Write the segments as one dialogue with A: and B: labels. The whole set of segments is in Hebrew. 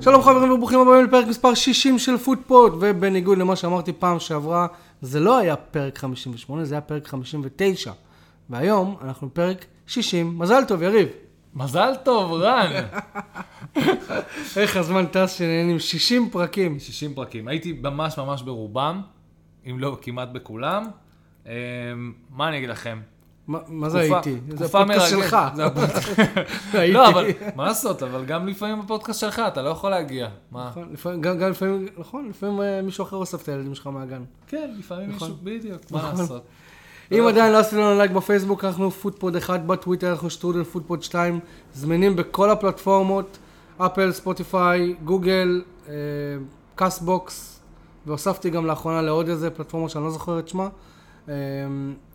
A: שלום חברים וברוכים הבאים לפרק מספר 60 של פודפוד, ובניגוד למה שאמרתי פעם שעברה, זה לא היה פרק 58, זה היה פרק 59. והיום אנחנו בפרק 60. מזל טוב, יריב.
B: מזל טוב, רן.
A: איך הזמן טס שנהנים 60 פרקים.
B: 60 פרקים. הייתי ממש ממש ברובם, אם לא כמעט בכולם. אמ, מה אני אגיד לכם?
A: מה- מה זה
B: תקופה-
A: הייתי? זה
B: תקופה
A: הפודקאסט
B: מרגשת.
A: שלך.
B: זה הפודקאסט.
A: הייתי.
B: לא, אבל מה לעשות, אבל גם לפעמים בפודקאסט שלך אתה לא יכול להגיע. מה?
A: נכון, לפעמים- גם גם לפעמים, נכון, לפעמים אה, מישהו אחר אוסף את הילדים שלך מהגן.
B: כן, לפעמים מישהו, בדיוק, מה
A: נכון.
B: לעשות.
A: אם עדיין לא עשיתם לנו לייק בפייסבוק, אנחנו פודפוד 1 בטוויטר, אנחנו שטרודל פודפוד 2, זמינים בכל הפלטפורמות, אפל, ספוטיפיי, גוגל, אה, קאסטבוקס, והוספתי גם לאחרונה לעוד איזה פלטפורמה שאני לא זוכר את שמה, אה,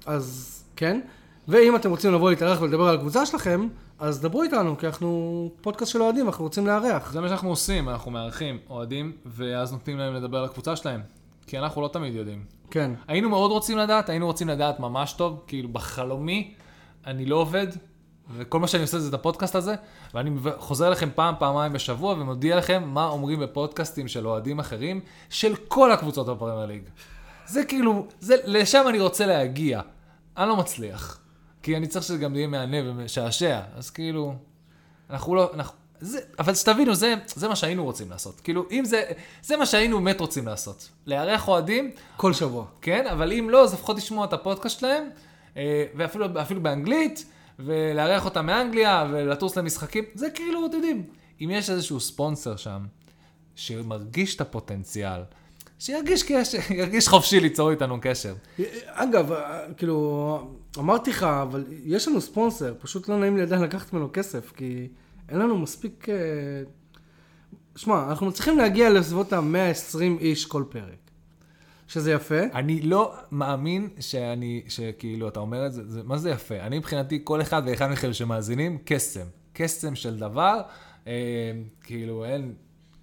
A: אז כן. ואם אתם רוצים לבוא להתארח ולדבר על הקבוצה שלכם, אז דברו איתנו, כי אנחנו פודקאסט של אוהדים, אנחנו רוצים לארח.
B: זה מה שאנחנו עושים, אנחנו מארחים אוהדים, ואז נותנים להם לדבר על הקבוצה שלהם. כי אנחנו לא תמיד יודעים.
A: כן.
B: היינו מאוד רוצים לדעת, היינו רוצים לדעת ממש טוב, כאילו בחלומי, אני לא עובד, וכל מה שאני עושה זה את הפודקאסט הזה, ואני מב- חוזר לכם פעם, פעמיים בשבוע, ומודיע לכם מה אומרים בפודקאסטים של אוהדים אחרים, של כל הקבוצות בפרמייר ליג. זה כאילו, זה, לשם אני רוצה להגיע. אני לא מצליח. כי אני צריך שזה גם יהיה מהנה ומשעשע, אז כאילו, אנחנו לא, אנחנו... זה, אבל שתבינו, זה, זה מה שהיינו רוצים לעשות. כאילו, אם זה, זה מה שהיינו באמת רוצים לעשות. לארח אוהדים,
A: כל שבוע.
B: כן, אבל אם לא, אז לפחות לשמוע את הפודקאסט שלהם, אה, ואפילו אפילו באנגלית, ולארח אותם מאנגליה, ולטוס למשחקים, זה כאילו, אתם יודעים, אם יש איזשהו ספונסר שם, שמרגיש את הפוטנציאל, שירגיש קשר, ירגיש חופשי ליצור איתנו קשר.
A: אגב, כאילו, אמרתי לך, אבל יש לנו ספונסר, פשוט לא נעים לי עדיין לקחת ממנו כסף, כי אין לנו מספיק... אה, שמע, אנחנו צריכים להגיע לסביבות ה-120 איש כל פרק, שזה יפה.
B: אני לא מאמין שאני, שכאילו, אתה אומר את זה, זה, מה זה יפה? אני מבחינתי, כל אחד ואחד מכם שמאזינים, קסם. קסם של דבר, אה, כאילו, אין,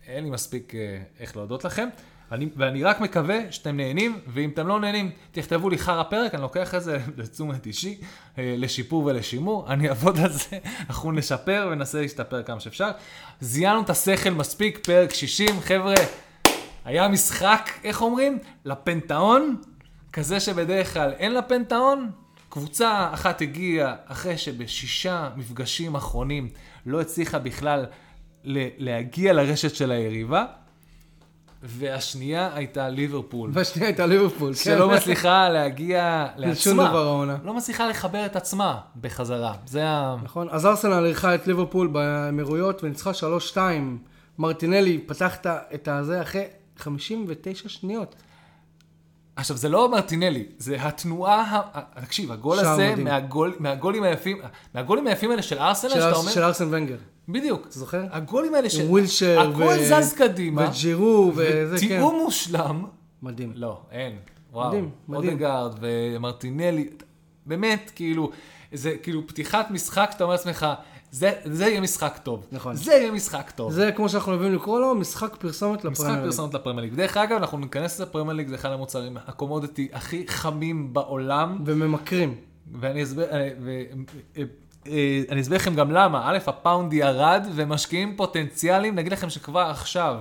B: אין לי מספיק אה, איך להודות לכם. אני, ואני רק מקווה שאתם נהנים, ואם אתם לא נהנים, תכתבו לי חרא פרק, אני לוקח את זה לתשומת אישי, אה, לשיפור ולשימור, אני אעבוד על זה, אנחנו נשפר וננסה להשתפר כמה שאפשר. זיינו את השכל מספיק, פרק 60, חבר'ה, היה משחק, איך אומרים? לפנתאון, כזה שבדרך כלל אין לפנתאון. קבוצה אחת הגיעה אחרי שבשישה מפגשים אחרונים לא הצליחה בכלל ל- להגיע לרשת של היריבה, והשנייה הייתה ליברפול,
A: והשנייה הייתה ליברפול.
B: שלא
A: כן.
B: מצליחה להגיע לעצמה.
A: לשום דבר העונה.
B: לא מצליחה לחבר את עצמה בחזרה. זה ה...
A: נכון, אז ארסנל אירחה את ליברפול באמירויות וניצחה 3-2. מרטינלי פתח את ה- את הזה אחרי 59 שניות.
B: עכשיו, זה לא מרטינלי, זה התנועה, ה- ה- תקשיב, הגול
A: שער
B: הזה,
A: מדהים.
B: מהגול, מהגולים היפים, מהגולים היפים האלה של ארסנל,
A: של
B: שאתה
A: ארס-
B: אומר,
A: של ארסן ונגר.
B: בדיוק,
A: אתה זוכר?
B: הגולים האלה של,
A: עם ווילשר
B: הכל
A: ו-
B: זז קדימה,
A: וג'ירו וזה, כן.
B: תיאום מושלם,
A: מדהים.
B: לא, אין, וואו,
A: מדהים, מדהים.
B: אודגרד ומרטינלי, באמת, כאילו, זה כאילו פתיחת משחק, אתה אומר לעצמך, זה, זה יהיה משחק טוב,
A: נכון.
B: זה יהיה משחק טוב.
A: זה כמו שאנחנו אוהבים לקרוא לו, משחק פרסומת
B: משחק
A: לפרמייר. ליג.
B: פרסומת לפרמייר ליג. דרך אגב, אנחנו ניכנס לפרמייר ליג, זה אחד המוצרים הקומודיטי הכי חמים בעולם.
A: וממכרים.
B: ואני אסביר, אה, ו- אה, אה, אני אסביר לכם גם למה. א', הפאונד ירד, ומשקיעים פוטנציאליים, נגיד לכם שכבר עכשיו,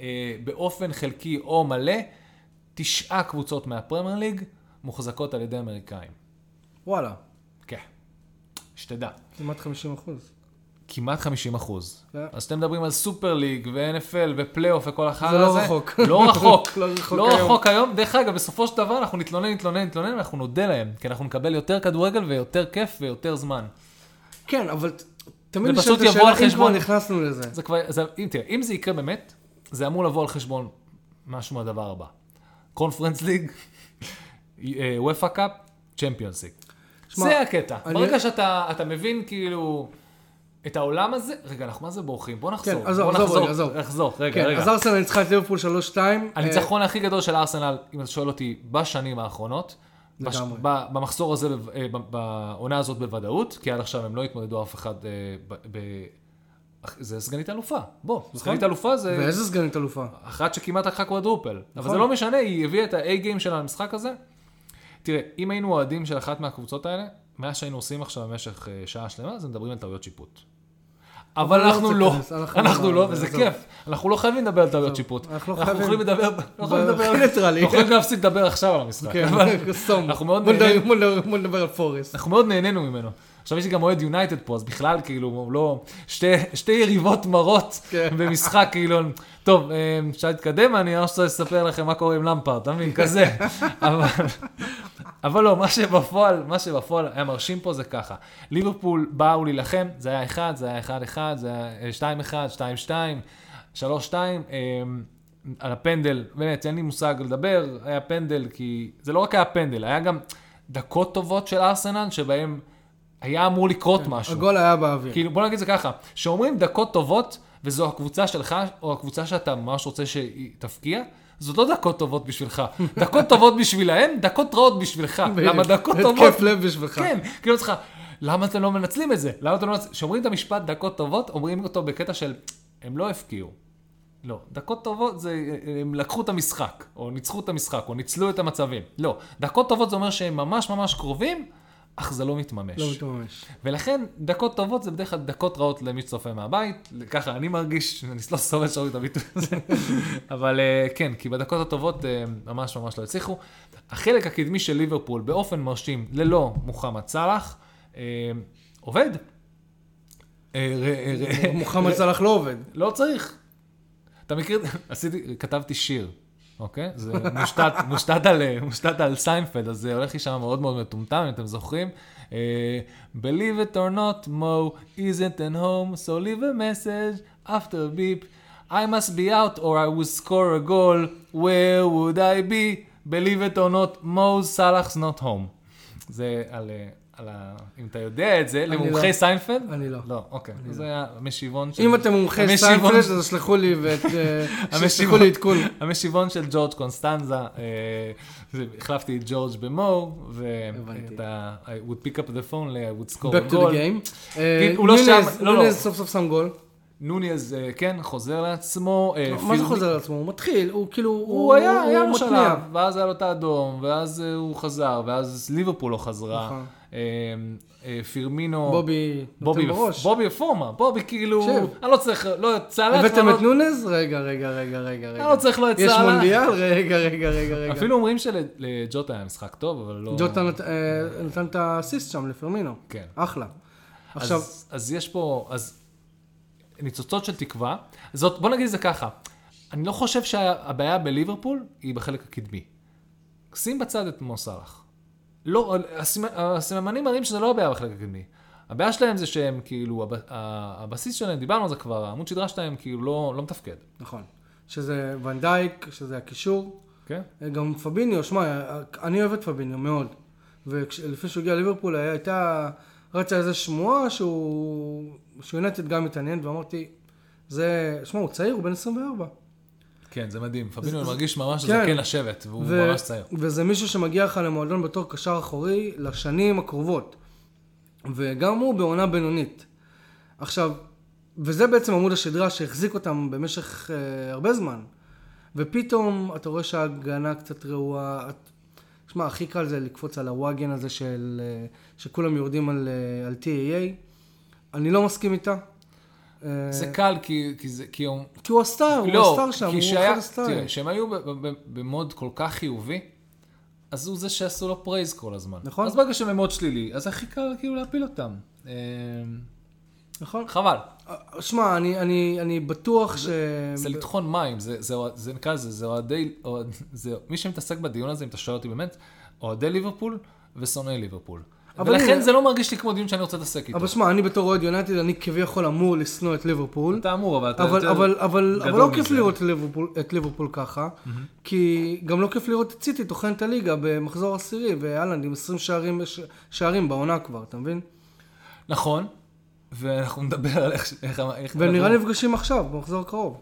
B: אה, באופן חלקי או מלא, תשעה קבוצות מהפרמייר ליג מוחזקות על ידי אמריקאים.
A: וואלה,
B: כן. שתדע.
A: כמעט 50 אחוז.
B: כמעט 50 אחוז.
A: כן.
B: אז אתם מדברים על סופר ליג ו-NFL ופלייאוף וכל החרא הזה.
A: זה לא רחוק.
B: לא רחוק.
A: לא רחוק
B: לא
A: היום.
B: רחוק היום. דרך אגב, בסופו של דבר אנחנו נתלונן, נתלונן, נתלונן, ואנחנו נודה להם. כי אנחנו נקבל יותר כדורגל ויותר כיף ויותר זמן.
A: כן, אבל ת- תמיד
B: זה
A: נשאלת
B: פשוט יבוא
A: השאלה,
B: על
A: אם כבר
B: חשבון.
A: נכנסנו לזה.
B: זה כבר, זה, אם תראה, אם זה יקרה באמת, זה אמור לבוא על חשבון משהו מהדבר הבא. אה, קונפרנס ליג, וופא קאפ, צ'מפיונס ליג.
A: שמע,
B: זה הקטע.
A: אני-
B: ברגע שאתה אתה מבין כאילו את העולם הזה, רגע, אנחנו מה זה בורחים? בוא נחזור.
A: כן, עזוב,
B: בוא
A: עזוב,
B: נחזור,
A: רגע, עזוב.
B: נחזור, רגע,
A: כן,
B: רגע.
A: אז ארסנל ניצחה את ליברפול 3-2.
B: הניצחון הכי גדול של ארסנל, אם אתה שואל אותי, בשנים האחרונות. בש...
A: לגמרי.
B: ב... במחזור הזה, בו- אה, ב- בעונה הזאת בוודאות, כי עד עכשיו הם לא התמודדו אף אחד אה, ב... ב... אח- זה סגנית אלופה, בוא, סגנית אלופה
A: אה,
B: זה
A: ואיזה סגנית אלופה.
B: אחת שכמעט לקחה קוודרופל.
A: נכון.
B: אבל זה לא משנה, היא הביאה את ה-A-game שלה למשחק הזה. תראה, אם היינו אוהדים של אחת מהקבוצות האלה, מה שהיינו עושים עכשיו במשך אה, שעה שלמה, זה מדברים על טעויות שיפוט. אבל
A: לא
B: אנחנו
A: רוצה
B: לא,
A: להיכנס, אנחנו
B: אנחנו
A: לא,
B: לא,
A: זה
B: וזה
A: עזוב.
B: כיף. אנחנו לא חייבים לדבר על טעויות שיפוט.
A: אנחנו לא
B: אנחנו
A: חייבים.
B: יכולים לדבר, לא יכולים לדבר,
A: הכי ניטרלי.
B: אנחנו יכולים להפסיק לדבר עכשיו על המשחק.
A: כן,
B: אבל
A: סום.
B: אנחנו מאוד
A: בוא נדבר-
B: נהנים.
A: בוא נדבר- בוא נדבר על פורסט.
B: אנחנו מאוד נהנינו ממנו. עכשיו יש לי גם אוהד יונייטד פה, אז בכלל, כאילו, הוא לא... שתי, שתי יריבות מרות
A: כן.
B: במשחק, כאילו... טוב, אה, אפשר להתקדם, אני ממש רוצה לספר לכם מה קורה עם למפרט, אתה מבין? כזה. אבל, אבל לא, מה שבפועל, מה שבפועל היה מרשים פה זה ככה. ליברפול באו להילחם, זה היה 1, זה היה 1-1, זה היה 2-1, 2-2, 3-2. אה, על הפנדל, באמת, אין לי מושג לדבר, היה פנדל כי... זה לא רק היה פנדל, היה גם דקות טובות של ארסנל שבהן היה אמור לקרות משהו.
A: הגול היה באוויר.
B: כאילו, בוא נגיד את זה ככה, שאומרים דקות טובות, וזו הקבוצה שלך, או הקבוצה שאתה ממש רוצה שהיא תפקיע, זאת לא דקות טובות בשבילך. דקות טובות בשבילהם, דקות רעות בשבילך.
A: בדיוק.
B: למה דקות
A: התקף
B: טובות...
A: לב בשבילך.
B: כן, כאילו צריך, למה אתם לא מנצלים את זה? למה אתם לא מנצלים? כשאומרים את המשפט דקות טובות, אומרים אותו בקטע של, הם לא הפקיעו. לא, דקות טובות זה, הם לקחו את המשחק, או ניצחו את המשחק, או ניצלו את המצבים. לא, דקות טובות זה אומר שהם ממש ממש קרובים, אך זה לא מתממש.
A: לא מתממש.
B: ולכן דקות טובות זה בדרך כלל דקות רעות למי שצופה מהבית, ככה אני מרגיש, אני לא סובל שאומרים את הביטוי הזה, אבל אה, כן, כי בדקות הטובות אה, ממש ממש לא הצליחו. החלק הקדמי של ליברפול באופן מרשים, ללא מוחמד סאלח, אה, עובד. אה, ר- אה, ר-
A: מוחמד סלאח לא עובד.
B: לא צריך. אתה מכיר, עשיתי, כתבתי שיר, אוקיי? זה מושתת, מושתת, על, אה, מושתת על סיינפלד, אז זה הולך לי שם מאוד מאוד מטומטם, אם אתם זוכרים. אה, Believe it or not, Mo isn't at home, so leave a message after beep. I must be out or I would score a goal, where would I be? Believe it or not, Mo Salah's not home. זה על, אה, על ה... אם אתה יודע את זה,
A: אני
B: למומחי
A: לא.
B: סיינפלד?
A: אני לא.
B: לא, אוקיי. זה היה משיבון של...
A: אם אתם מומחי
B: המשיבון
A: סיינפלד,
B: של-
A: אז שלחו לי ואת... אה,
B: המשיבון-
A: שלחו לי עדכון.
B: המשיבון של ג'ורג' קונסטנזה, אה, זה- החלפתי את ג'ורג' במו,
A: הבנתי.
B: ואת ה... I would pick up the phone ל- I would score
A: Back to
B: a
A: the
B: goal.
A: game. אה,
B: הוא לא
A: נונז-
B: שם, לא, לא.
A: נונז סוף סוף שם גול.
B: נוניז, אה, כן, חוזר לעצמו. אה,
A: מה זה
B: פיל-
A: חוזר על עצמו? הוא מתחיל, הוא כאילו...
B: הוא היה, היה לו
A: מתניע.
B: שלב, ואז היה לו את האדום, ואז אה, הוא חזר, ואז ליברפול לא חזרה.
A: נכון.
B: אה, אה, פירמינו...
A: בובי
B: בובי
A: נותן בראש.
B: בובי בפורמה, בובי כאילו,
A: שב.
B: אני לא צריך, לא, צהלת,
A: הבאתם
B: לא-
A: את נונז? רגע, רגע, רגע, רגע. רגע.
B: אני לא צריך לא את
A: יש
B: צהלת.
A: מונדיאל? רגע, רגע, רגע, רגע.
B: אפילו אומרים שלג'וטה היה משחק טוב, אבל לא...
A: ג'וטה נת- אה, נתן את האסיסט שם לפרמינו.
B: כן.
A: אחלה. עכשיו,
B: עכשיו... אז, אז יש פה, אז ניצוצות של תקווה. זאת, בוא נגיד את זה ככה, אני לא חושב שהבעיה בליברפול היא בחלק הקדמי. שים בצד את מו סאלח. לא, הסמ- הסממנים מראים שזה לא הבעיה בחלק הקדמי. הבעיה שלהם זה שהם כאילו, הב, ה- הבסיס שלהם, דיברנו על זה כבר, העמוד שדרה שלהם כאילו לא, לא מתפקד.
A: נכון. שזה ונדייק, שזה הקישור.
B: כן?
A: גם פביניו, שמע, אני אוהב את פביניו מאוד. ולפני שהוא הגיע לליברפול היה- הייתה, רצה איזה שמועה שהוא, שיונטד גם התעניין, ואמרתי, זה, שמע, הוא צעיר, הוא בן 24.
B: כן, זה מדהים. פבינו מרגיש ממש
A: כן.
B: זקן לשבת, והוא
A: ו-
B: ממש צעיר.
A: וזה מישהו שמגיע לך למועדון בתור קשר אחורי לשנים הקרובות. וגם הוא בעונה בינונית. עכשיו, וזה בעצם עמוד השדרה שהחזיק אותם במשך אה, הרבה זמן. ופתאום אתה רואה שההגנה קצת רעועה. את- שמע, הכי קל זה לקפוץ על הוואגן הזה של, אה, שכולם יורדים על, אה, על TAA. אני לא מסכים איתה. אה,
B: זה קל, כי, כי, זה, כי הוא-
A: כי הוא הסטאר, הוא הסטאר שם, הוא
B: כשהיה-
A: אחד הסטארים.
B: לא, תראה, כשהם היו ב- ב- ב- במוד כל כך חיובי, אז הוא זה שעשו לו פרייז כל הזמן.
A: נכון.
B: אז ברגע שהם במוד שלילי, אז הכי קל כאילו להפיל אותם. אה,
A: נכון?
B: חבל,
A: שמע, אני, אני, אני בטוח ש...
B: זה לטחון מים, זה- זה אוה- זה נקרא לזה, זה אוהדי, אוהד- זה- מי שמתעסק בדיון הזה, אם אתה שואל אותי באמת, אוהדי ליברפול ושונאי ליברפול.
A: אבל
B: ולכן
A: הנה-
B: זה לא מרגיש לי כמו דיון שאני רוצה להתעסק איתו.
A: אבל שמע, אני בתור אוהד יונייטד, אני כביכול אמור לשנוא את ליברפול.
B: אתה אמור, אבל אתה
A: אבל,
B: יותר
A: אבל, אבל,
B: גדול
A: אבל לא כיף
B: מזה.
A: לראות את ליברפול, את ליברפול ככה, כי גם לא כיף לראות את סיטי טוחן את הליגה במחזור עשירי, ואהלנד עם 20 שערים, ש- שערים בעונה כבר, אתה מבין?
B: כן, נכון, ואנחנו נדבר על איך... איך- איך-
A: והם נראה לי נפגשים עכשיו, במחזור הקרוב,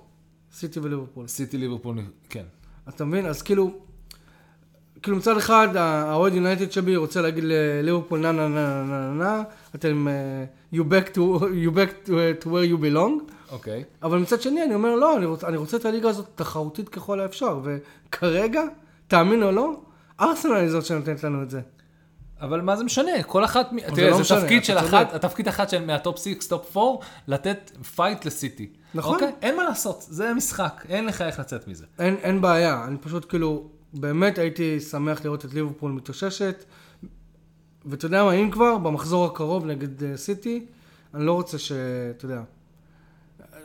A: סיטי וליברפול.
B: סיטי ליברפול, כן.
A: אתה מבין? אז כאילו, כאילו מצד אחד, ה- האוהד יונייטד שבי רוצה להגיד לליברפול נה נה נה נה נה נה, אתם, אה, you back to, you back to, to where you belong.
B: אוקיי.
A: אבל מצד שני, אני אומר, לא, אני רוצה, אני רוצה את הליגה הזאת תחרותית ככל האפשר, וכרגע, תאמין או לא, ארסנל היא זאת שנותנת לנו את זה.
B: אבל מה זה משנה? כל אחת, מ-
A: זה
B: תראה,
A: לא
B: זה
A: משנה,
B: תפקיד
A: אתה
B: של
A: צודק.
B: אחת, התפקיד אחת של מהטופ 6, טופ 4, לתת פייט לסיטי.
A: נכון. לא
B: אוקיי? אין מה לעשות, זה משחק, אין לך איך לצאת מזה.
A: אין, אין בעיה, אני פשוט כאילו, באמת הייתי שמח לראות את ליברפול מתאוששת. ואתה יודע מה, אם כבר, במחזור הקרוב נגד אה, סיטי, אני לא רוצה ש... אתה יודע.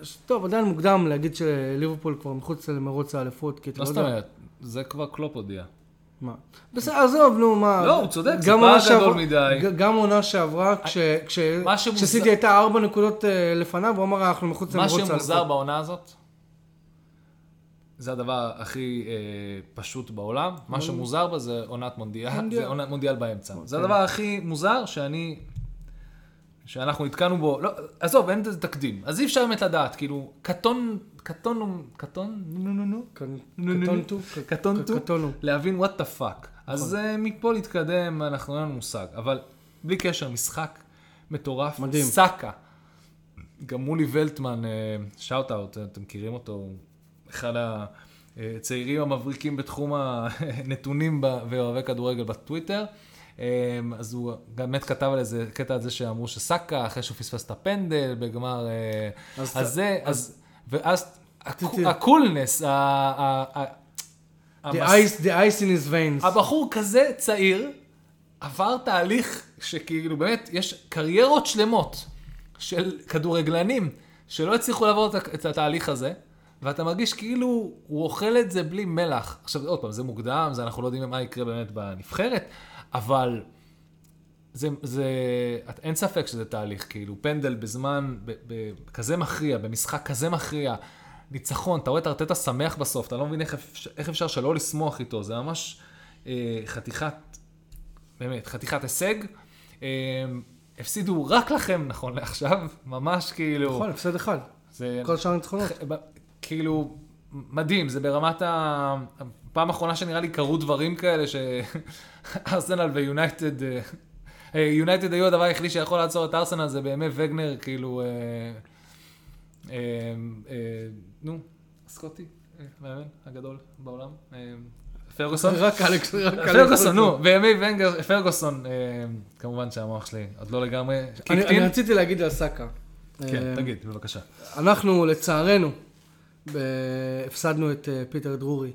A: ש- טוב, עדיין מוקדם להגיד שליברפול כבר מחוץ למרוץ האליפות, כי אתה
B: לא
A: לא
B: זאת
A: יודע...
B: אומרת, זה כבר קלופ הודיע.
A: מה? בסדר, עזוב, נו, מה...
B: לא, הוא צודק, זה
A: גם
B: פער
A: עונה
B: גדול
A: שעברה-
B: מדי.
A: ג- גם עונה שעברה, כש- כש-
B: מה שמוזר-
A: כשסיטי הייתה ארבע נקודות אה, לפניו, הוא אמר, אנחנו מחוץ
B: מה
A: למרוץ האליפות.
B: שמוזר בעונה הזאת, זה הדבר הכי אה, פשוט בעולם, מה שמוזר בה זה עונת מונדיאל,
A: מונדיאל.
B: זה עונת מונדיאל באמצע. זה הדבר הכי מוזר שאני, שאנחנו נתקענו בו, לא, עזוב, אין לזה תקדים, אז אי אפשר באמת לדעת, כאילו, קטון, קטון, קטון, נו נו נו, נו, נו, נו.
A: קטונטו? ק-
B: קטונטו,
A: ק- קטונו.
B: להבין what the fuck. אז
A: נכון.
B: אה, מפה להתקדם, אנחנו אין לנו מושג. אבל בלי קשר, משחק מטורף.
A: מדהים.
B: סאקה. גם מולי ולטמן, שאוט אאוט, אתם מכירים אותו, הוא אחד אה, הצעירים המבריקים בתחום הנתונים ב- ואוהבי כדורגל בטוויטר. אה, אז הוא גם באמת כתב על איזה קטע על זה שאמרו שסאקה, אחרי שהוא פספס את הפנדל בגמר אה,
A: אז-
B: הזה, אז, ואז
A: רציתי-
B: הקו- הקולנס, ה- ה- ה-
A: The
B: המס-
A: ice, the ice in his veins.
B: הבחור כזה צעיר, עבר תהליך שכאילו באמת, יש קריירות שלמות של כדורגלנים שלא הצליחו לעבור את ה- את התהליך הזה, ואתה מרגיש כאילו הוא אוכל את זה בלי מלח. עכשיו, עוד פעם, זה מוקדם, זה אנחנו לא יודעים מה יקרה באמת בנבחרת, אבל זה, זה, את- אין ספק שזה תהליך, כאילו, פנדל בזמן ב, ב, כזה מכריע, במשחק כזה מכריע, ניצחון, אתה רואה את ארטטה שמח בסוף, אתה לא מבין איך, אפשר- איך אפשר שלא לשמוח איתו, זה ממש אה, חתיכת, באמת, חתיכת הישג. אה, הפסידו רק לכם, נכון לעכשיו, ממש כאילו...
A: נכון, הפסד אחד.
B: זה...
A: כל שאר הניצחונות.
B: ח- ב- כאילו, מדהים, זה ברמת ה... הפעם האחרונה שנראה לי קרו דברים כאלה שארסנל ויונייטד, אה, אה, יונייטד היו הדבר היחידי שיכול לעצור את ארסנל, זה באמת וגנר, כאילו, אה, אה, אה, נו, סקוטי, אה, המאמן הגדול בעולם, אה, פרגוסון.
A: רק אלכס, רק אלכס.
B: פרגוסון, נו, בימי ונגר, פרגוסון, אה, כמובן שהמוח שלי עוד לא לגמרי,
A: אני-
B: kicked in.
A: אני רציתי להגיד על סאקה.
B: כן,
A: אה,
B: תגיד, בבקשה.
A: אנחנו, לצערנו, ב- הפסדנו את אה, פיטר דרורי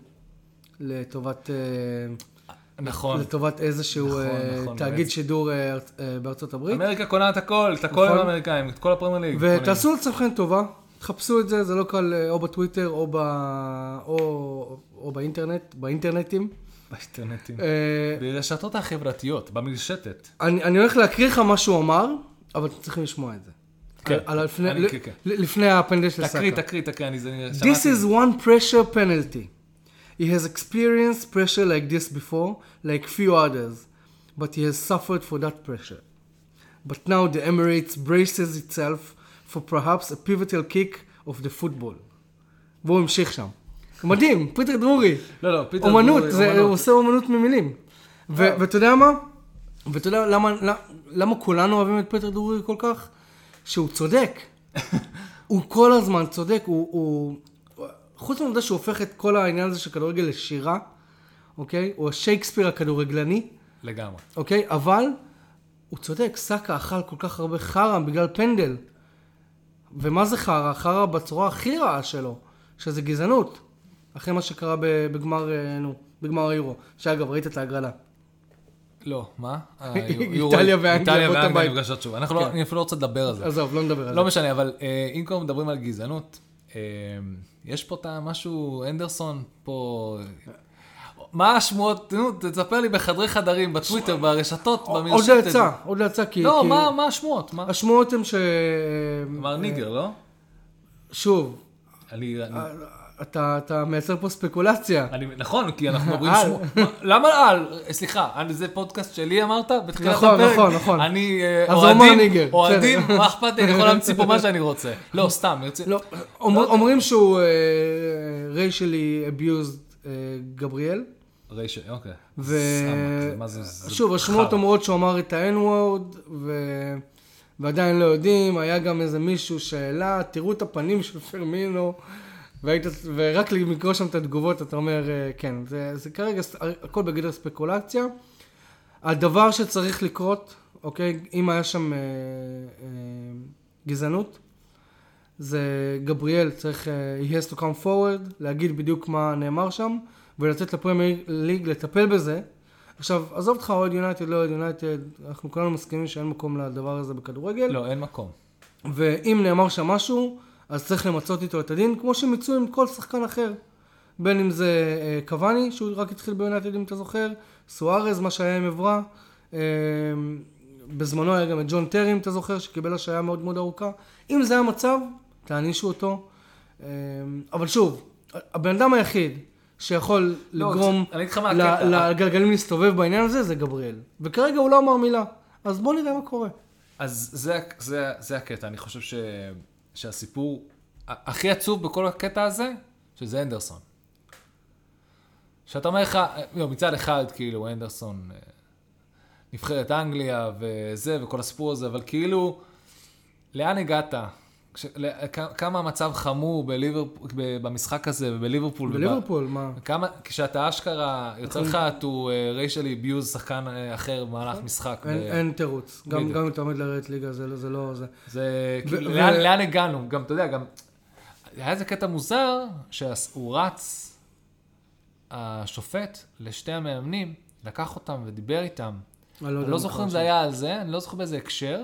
A: לטובת אה,
B: נכון.
A: לטובת איזשהו
B: נכון,
A: אה,
B: נכון,
A: תאגיד
B: בעצם.
A: שידור אה, ארצ- אה, בארצות הברית.
B: אמריקה קונה את הכל, את הכל
A: נכון.
B: הם האמריקאים, את כל הפרמייר ליג.
A: ותעשו לעצמכם טובה, תחפשו את זה, זה לא קל אה, או בטוויטר או ב- או- או באינטרנט, באינטרנטים.
B: כן. באינטרנטים.
A: אה, כן.
B: ברשתות החברתיות, במרשתת.
A: אני, אני הולך להקריא לך מה שהוא אמר, אבל אתם צריכים לשמוע את זה.
B: כן,
A: על, על לפני,
B: אני-
A: ל,
B: כן, כן.
A: ל, לפני הפנדל של סאקה.
B: תקריא, תקריא, תקריא, אני זה...
A: This
B: שמעתי.
A: is one pressure penalty. He has experienced pressure like this before, like few others, but he has suffered for that pressure. But now the Emirates braces itself for perhaps a pivotal kick of the football. והוא המשיך שם. מדהים, פיטר דרורי.
B: לא, לא, פיטר...
A: אומנות,
B: דרורי,
A: זה-
B: אומנות.
A: הוא עושה אומנות ממילים. ו- ואתה יודע מה? ואתה יודע למה- למה- למה כולנו אוהבים את פטר דרורי כל כך? שהוא צודק. הוא כל הזמן צודק, הוא- הוא... הוא- חוץ מהעובדה שהוא הופך את כל העניין הזה של כדורגל לשירה, אוקיי? הוא השייקספיר הכדורגלני,
B: לגמרי.
A: אוקיי? אבל הוא צודק, סאקה אכל כל כך הרבה חרא בגלל פנדל. ומה זה חרא? חרא בצורה הכי רעה שלו, שזה גזענות. אחרי מה שקרה ב- בגמר, אה, נו, בגמר היורו. שאגב, ראית את ההגרלה.
B: לא, מה? אה,
A: איטליה ואנגליה,
B: איטליה
A: בוא
B: ואנגליה
A: תבית.
B: נפגשות שוב. אנחנו לא-
A: כן.
B: אני אפילו לא רוצה לדבר על זה.
A: עזוב, לא נדבר על
B: לא
A: זה.
B: משנה, אבל אה, אם כבר מדברים על גזענות, אה, יש פה את המשהו, הנדרסון פה... מה השמועות? נו, תספר לי בחדרי חדרים, בטוויטר, ברשתות,
A: עוד
B: במרשתת.
A: לא יצא, עוד לא יצא, כי...
B: לא,
A: כי-
B: מה- מה השמועות? מה?
A: השמועות אה, הן ש...
B: אמר ניגר, לא?
A: שוב, אה,
B: אני, אני,
A: אתה אתה מייצר פה ספקולציה.
B: אני, נכון, כי אנחנו מדברים
A: על.
B: שמוע... מה- למה על? סליחה, אני- זה פודקאסט שלי אמרת? בתחילת
A: נכון,
B: הפרק.
A: נכון, נכון.
B: אני אה,
A: אז הוא אמר
B: אוהדים,
A: ניגר, בסדר.
B: אוהדים, מה אכפת לי, אני יכול להמציא פה מה שאני רוצה. לא, סתם, יוצא...
A: לא, אומר- אומרים שהוא אה, ריישלי abused אה, גבריאל.
B: רייש, אוקיי.
A: ו-
B: סמק, זה- מה זה- זה-
A: שוב,
B: זה
A: השמועות
B: חרא.
A: אומרות שהוא אמר את ה-N-word, ו- ועדיין לא יודעים, היה גם איזה מישהו שהעלה, תראו את הפנים של פרמינו, והיית, ורק לקרוא שם את התגובות, אתה אומר, "אה, כן, זה, זה כרגע, ס- הכל בגדר ספקולציה, הדבר שצריך לקרות, אוקיי, אם היה שם אה, אה, גזענות, זה גבריאל צריך, אה, he has to come forward, להגיד בדיוק מה נאמר שם, ולתת לפרמייר ליג לטפל בזה. עכשיו, עזוב אותך אוהד יונייטד, לא אוהד יונייטד, אנחנו כולנו מסכימים שאין מקום לדבר הזה בכדורגל.
B: לא, אין מקום.
A: ואם נאמר שם משהו, אז צריך למצות איתו את הדין, כמו שמיצו עם כל שחקן אחר. בין אם זה אה, קוואני, שהוא רק התחיל ביונייטד אם אתה זוכר, סוארז, מה שהיה עם עברה, אה, בזמנו היה גם את ג'ון טרי, אם אתה זוכר, שקיבל השעיה מאוד מאוד ארוכה. אם זה המצב, תענישו אותו. אה, אבל שוב, הבן אדם היחיד שיכול
B: לא,
A: לגרום
B: אני אגיד לך מה
A: ל-
B: הקטע.
A: לגלגלים להסתובב בעניין הזה, זה גבריאל. וכרגע הוא לא אמר מילה, אז בואו נראה מה קורה.
B: אז זה, זה, זה הקטע, אני חושב ש, שהסיפור ה- הכי עצוב בכל הקטע הזה, שזה הנדרסון. שאתה אומר לך, לא, מצד אחד, כאילו, הנדרסון, אה, נבחרת אנגליה וזה, וכל הסיפור הזה, אבל כאילו, לאן הגעת? כש- ל- כ- כמה המצב חמור בליברפול, ב- במשחק הזה ובליברפול. וב-
A: בליברפול, נכון. מה?
B: כמה, כשאתה אשכרה, יוצא לך to אה, racially abuse שחקן אה, אחר במהלך משחק.
A: נכון. אין,
B: ב-
A: אין תירוץ. גם,
B: בדיוק.
A: גם אם אתה עומד לרדת ליגה, זה, לא- זה לא... זה...
B: זה,
A: ו-
B: כאילו,
A: ו-
B: לאן, לאן הגענו? גם, אתה יודע, גם... היה איזה קטע מוזר, שהוא רץ, השופט, לשתי המאמנים, לקח אותם ודיבר איתם.
A: אני
B: אני
A: יודע
B: לא
A: מה
B: זוכר
A: קרה
B: אם
A: שם.
B: זה היה על זה, אני לא זוכר באיזה הקשר.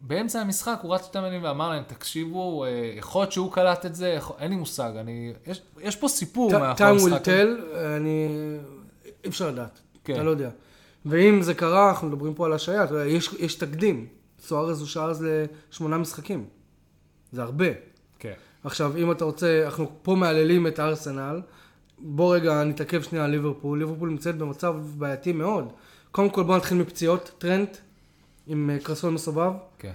B: באמצע המשחק הוא רץ לשתי המאמנים ואמר להם, תקשיבו, אה, יכול להיות שהוא קלט את זה, יכול... אין לי מושג, אני... יש, יש פה סיפור
A: ט- time
B: מאחורי
A: will
B: המשחק.
A: tell, אני... אי אפשר לדעת.
B: כן.
A: אתה לא יודע. ואם זה קרה, אנחנו מדברים פה על השעיה, אתה יודע, יש, יש תקדים. סוארז הוא שער אז לשמונה משחקים. זה הרבה.
B: כן.
A: עכשיו, אם אתה רוצה, אנחנו פה מהללים את ארסנל. בוא רגע נתעכב שנייה על ליברפול. ליברפול נמצאת במצב בעייתי מאוד. קודם כל בוא נתחיל מפציעות. טרנט עם אה, קרסול מסובב.
B: כן.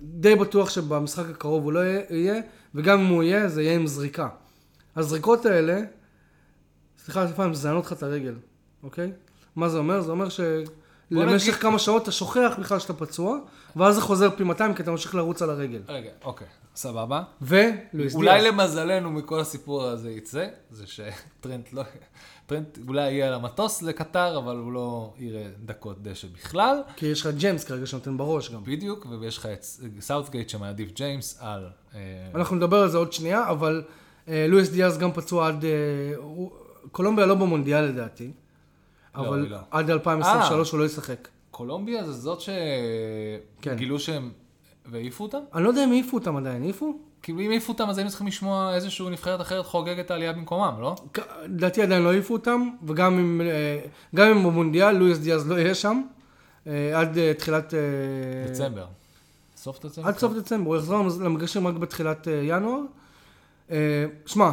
A: די בטוח שבמשחק הקרוב הוא לא יהיה- יהיה, וגם אם הוא יהיה, זה יהיה עם זריקה. הזריקות האלה, סליחה, לפעמים מזיינות לך את הרגל, אוקיי? מה זה אומר? זה אומר שלמשך
B: נגיד-
A: כמה שעות אתה שוכח בכלל שאתה פצוע, ואז זה חוזר פי 200 כי אתה ממשיך לרוץ על הרגל.
B: רגע, אוקיי, סבבה.
A: ולואיס
B: אולי
A: דיאס.
B: למזלנו מכל הסיפור הזה יצא, זה שטרנט לא... טרנט אולי יהיה על המטוס לקטר, אבל הוא לא יראה דקות דשא בכלל.
A: כי יש לך ג'יימס כרגע שנותן בראש גם.
B: בדיוק, ויש לך את סאוטגייט שמעדיף ג'יימס על... אה,
A: אנחנו נדבר על זה עוד שנייה, אבל אה, לואיס דיאס גם פצוע עד... אה, הוא- קולומביה לא במונדיאל לדעתי,
B: לא,
A: אבל
B: היא לא.
A: עד 2023 הוא לא ישחק.
B: קולומביה זה זאת
A: כן.
B: שגילו שהם... והעיפו אותם?
A: אני לא יודע אם העיפו אותם עדיין, העיפו?
B: כאילו אם העיפו אותם אז היינו צריכים לשמוע איזשהו נבחרת אחרת חוגגת העלייה במקומם, לא?
A: כ- לדעתי עדיין לא העיפו אותם, וגם אם, אה, גם אם במונדיאל לואיס דיאז לא יהיה שם, אה, עד אה, תחילת... אה,
B: דצמבר. סוף דצמבר?
A: עד סוף דצמבר, הוא יחזור למז- למגרשים רק בתחילת אה, ינואר. אה, שמע,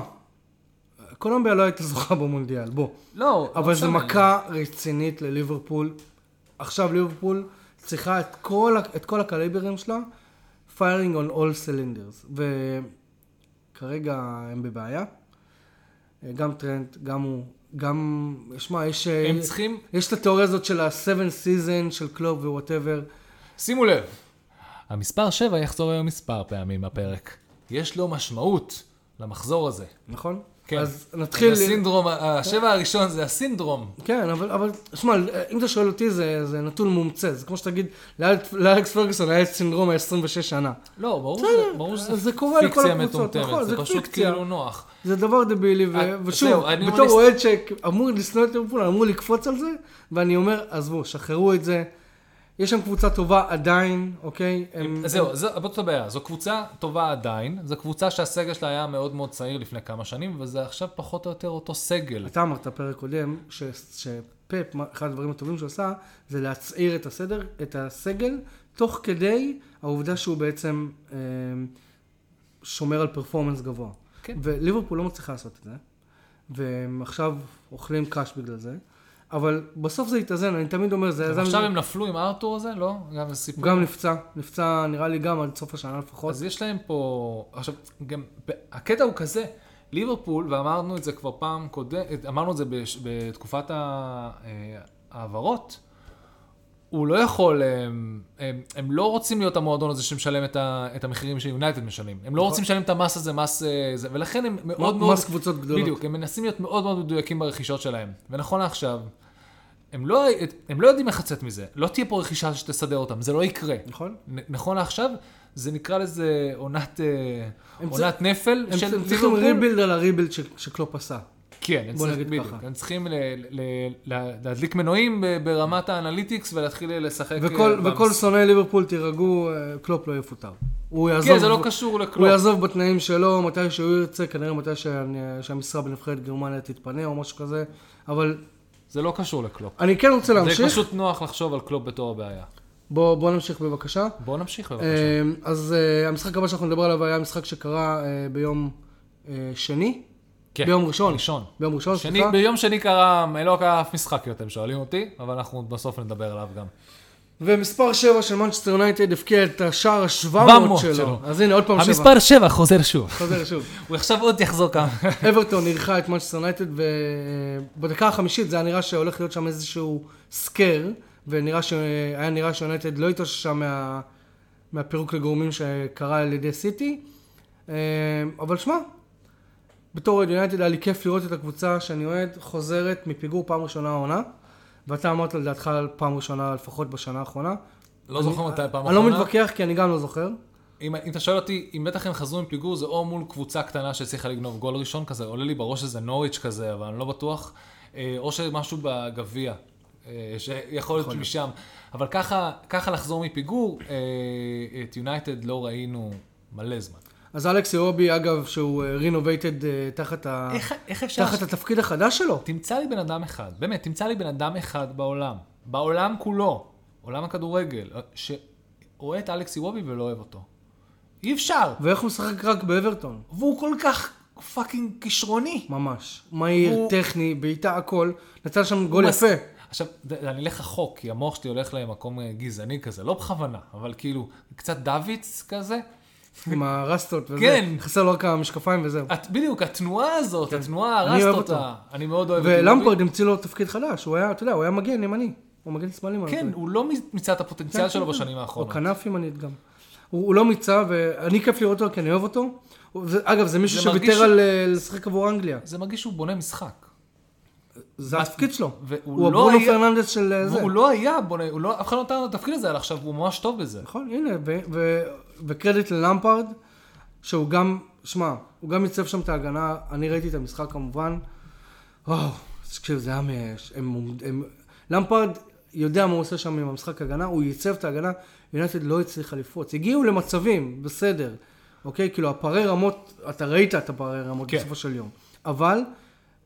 A: קולומביה לא הייתה זוכה במונדיאל, בוא.
B: לא, לא
A: אבל זו
B: משנה.
A: מכה רצינית לליברפול. עכשיו ליברפול צריכה את כל, ה- את כל הקליברים שלה, firing on all cylinders. וכרגע הם בבעיה. גם טרנד, גם הוא, גם... שמע, יש... אה,
B: הם צריכים...
A: יש את התיאוריה הזאת של ה-7 season של קלוב ווואטאבר.
B: שימו לב. המספר 7 יחזור היום מספר פעמים בפרק. יש לו משמעות למחזור הזה.
A: נכון?
B: כן.
A: אז נתחיל...
B: זה הסינדרום, השבע הראשון זה הסינדרום.
A: כן, אבל, אבל שמע, אם אתה שואל אותי, זה, זה נתון מומצא. זה כמו שתגיד, לאלק- לאלכס פרגוסון היה את סינדרום ה-26 שנה.
B: לא, ברור
A: בסדר,
B: שזה- ברור
A: אז
B: שזה
A: זה קורה לכל
B: פיקציה
A: הקבוצות,
B: מטומטמת,
A: נכון,
B: זה
A: זה
B: פשוט
A: פיקציה.
B: כאילו נוח.
A: זה דבר דבילי, ו...
B: אה, זהו,
A: ושוב,
B: אני
A: בתור
B: ממליץ-
A: אוהד שאמור לשנוא את ליברפול, אמור לקפוץ על זה, ואני אומר, עזבו, שחררו את זה. יש שם קבוצה טובה עדיין, אוקיי? הם-
B: אז זהו, זו- זאת הבעיה. זו קבוצה טובה עדיין, זו קבוצה שהסגל שלה היה מאוד מאוד צעיר לפני כמה שנים, וזה עכשיו פחות או יותר אותו סגל.
A: אתה אמרת פרק קודם, ש- שפאפ, מה- אחד הדברים הטובים שהוא עשה, זה להצעיר את הסדר, את הסגל, תוך כדי העובדה שהוא בעצם אה, שומר על פרפורמנס גבוה.
B: כן.
A: וליברפול לא מצליחה לעשות את זה, והם עכשיו אוכלים קש בגלל זה, אבל בסוף זה התאזן, אני תמיד אומר, זה
B: אז
A: יזם...
B: עכשיו הם נפלו עם הארתור הזה, לא? גם זה סיפור.
A: הוא גם נפצע, נפצע נראה לי גם עד סוף השנה לפחות.
B: אז יש להם פה... עכשיו, גם... ב- הקטע הוא כזה, ליברפול, ואמרנו את זה כבר פעם קודמת, אמרנו את זה בש- בתקופת ה- אה, ההעברות, הוא לא יכול, הם, הם, הם לא רוצים להיות המועדון הזה שמשלם את, ה, את המחירים שיונייטד משלמים. הם לא רוצים לשלם את המס הזה, מס... אה, זה, ולכן הם מאוד מאוד...
A: מס קבוצות גדולות.
B: בדיוק, הם מנסים להיות מאוד מאוד מדויקים ברכישות שלהם. ונכון לעכשיו, הם לא, הם לא יודעים איך לצאת מזה. לא תהיה פה רכישה שתסדר אותם, זה לא יקרה.
A: נכון.
B: נ- נכון לעכשיו, זה נקרא לזה עונת, אה,
A: הם
B: עונת נפל
A: הם
B: של כאילו
A: צריכים- צריכים ריבילד על הריבילד ש- שקלופ עשה.
B: כן, הם
A: בוא
B: צריכים,
A: נגיד
B: בדיוק.
A: ככה.
B: הם צריכים ל, ל, ל, להדליק מנועים ב- ברמת האנליטיקס ולהתחיל לשחק.
A: וכל-
B: אה,
A: וכל
B: במס-
A: שונאי ליברפול, תירגעו, אה, קלופ לא יפוטר. הוא יעזוב...
B: כן, זה לא קשור
A: הוא
B: לכלום.
A: יעזוב בתנאים שלו, מתי שהוא ירצה, כנראה מתי שאני- שהמשרה בנבחרת גרמניה תתפנה או משהו כזה, אבל
B: זה לא קשור לכלום.
A: אני כן רוצה
B: זה
A: להמשיך.
B: פשוט נוח לחשוב על קלופ בתור הבעיה.
A: בוא בוא נמשיך בבקשה.
B: בואו נמשיך בבקשה.
A: אה, אז אה, המשחק הבא שאנחנו נדבר עליו היה המשחק שקרה אה, ביום אה, שני?
B: כן.
A: ביום ראשון.
B: ראשון.
A: ביום ראשון,
B: שני,
A: סליחה.
B: ביום שני קרה, לא קרה אף משחק יותר, שואלים אותי, אבל אנחנו עוד בסוף נדבר עליו גם.
A: ומספר 7 של מנצ'סטר יונייטד הבקיע את השער ה-700
B: 700
A: שלו.
B: שלו.
A: אז הנה, עוד פעם 7.
B: המספר 7 חוזר שוב.
A: חוזר שוב.
B: הוא עכשיו עוד יחזור כמה.
A: אברטון אירחה את מנצ'סטר יונייטד, ובדקה החמישית זה היה נראה שהולך להיות שם איזשהו סקר, ונראה ש... היה נראה שיונייטד לא התאוששה מה... מהפירוק לגורמים שקרה על ידי סיטי. אה, אבל שמע, בתור אוהד יונייטד היה לי כיף לראות את הקבוצה שאני אוהד חוזרת מפיגור פעם ראשונה העונה, ואתה אמרת לדעתך על פעם ראשונה לפחות בשנה האחרונה.
B: לא זוכר מתי פעם
A: אני לא
B: אחרונה.
A: מתווכח כי אני גם לא זוכר.
B: אם, אם אתה שואל אותי, אם בטח הם חזרו מפיגור, זה או מול קבוצה קטנה שהצליחה לגנוב גול ראשון כזה, עולה לי בראש איזה נוריץ' כזה, אבל אני לא בטוח, אה, או שמשהו בגביע, אה, שיכול להיות משם. אבל ככה, ככה לחזור מפיגור, אה, את יונייטד לא ראינו מלא זמן.
A: אז אלכס ירובי, אגב, שהוא רינובייטד תחת, ה...
B: איך, איך אפשר...
A: תחת התפקיד החדש שלו.
B: תמצא לי בן אדם אחד, באמת, תמצא לי בן אדם אחד בעולם, בעולם כולו, עולם הכדורגל, אה, שרואה את אלכסי וובי ולא אוהב אותו. אי אפשר.
A: ואיך הוא משחק רק באברטון?
B: והוא כל כך פאקינג כישרוני.
A: ממש. מהיר,
B: הוא-
A: טכני, בעיטה, הכל. נתן שם גול
B: הוא
A: יפה.
B: מס- עכשיו, ד- אני אלך רחוק, כי המוח שלי הולך למקום אה, גזעני כזה, לא בכוונה, אבל כאילו, קצת דוידס כזה.
A: עם הרסטות וזה.
B: כן. אה,
A: חסר לו רק המשקפיים וזהו.
B: את, בדיוק, התנועה הזאת,
A: כן.
B: התנועה,
A: אני
B: הרסת
A: אוהב
B: אותה. אני מאוד אוהב את יובי.
A: ולמפורד המציא לו תפקיד חדש. הוא היה, אתה יודע, הוא היה מגן ימני. הוא מגן שמאלי. אם אני לא
B: כן,
A: טועה.
B: הוא לא מיצה את הפוטנציאל
A: כן,
B: שלו בשנים
A: או
B: האחרונות.
A: כנף ימנית גם. הוא הוא לא מיצה, ואני כיף לראות אותו כי אני אוהב אותו. הוא- זה- אגב, זה מישהו
B: זה מרגיש
A: שוויתר
B: ש-
A: על אה, לשחק עבור אנגליה.
B: זה מרגיש שהוא בונה משחק.
A: זה התפקיד שלו.
B: והוא
A: הוא
B: לא
A: הברונו
B: היה-
A: פרננדס של אה, זה.
B: הוא לא היה בונה, הוא לא, אף אחד לא נתן לו את התפקיד הזה, אבל עכשיו הוא ממש טוב בזה.
A: נכון, הנה, ו- ו- וקרדיט ללמפרד, שהוא גם, שמע, הוא גם עיצב שם את ההגנה, אני ראיתי את המשחק כמובן, וואו, תקשיב, זה היה, מ- הם, עומד- הם, למפרד יודע מה הוא עושה שם עם המשחק הגנה, הוא ייצב את ההגנה, יונייטד לא הצליחה לפרוץ, הגיעו למצבים, בסדר, אוקיי, כאילו הפערי רמות, אתה ראית את הפערי רמות
B: כן.
A: כן. בסופו של יום, אבל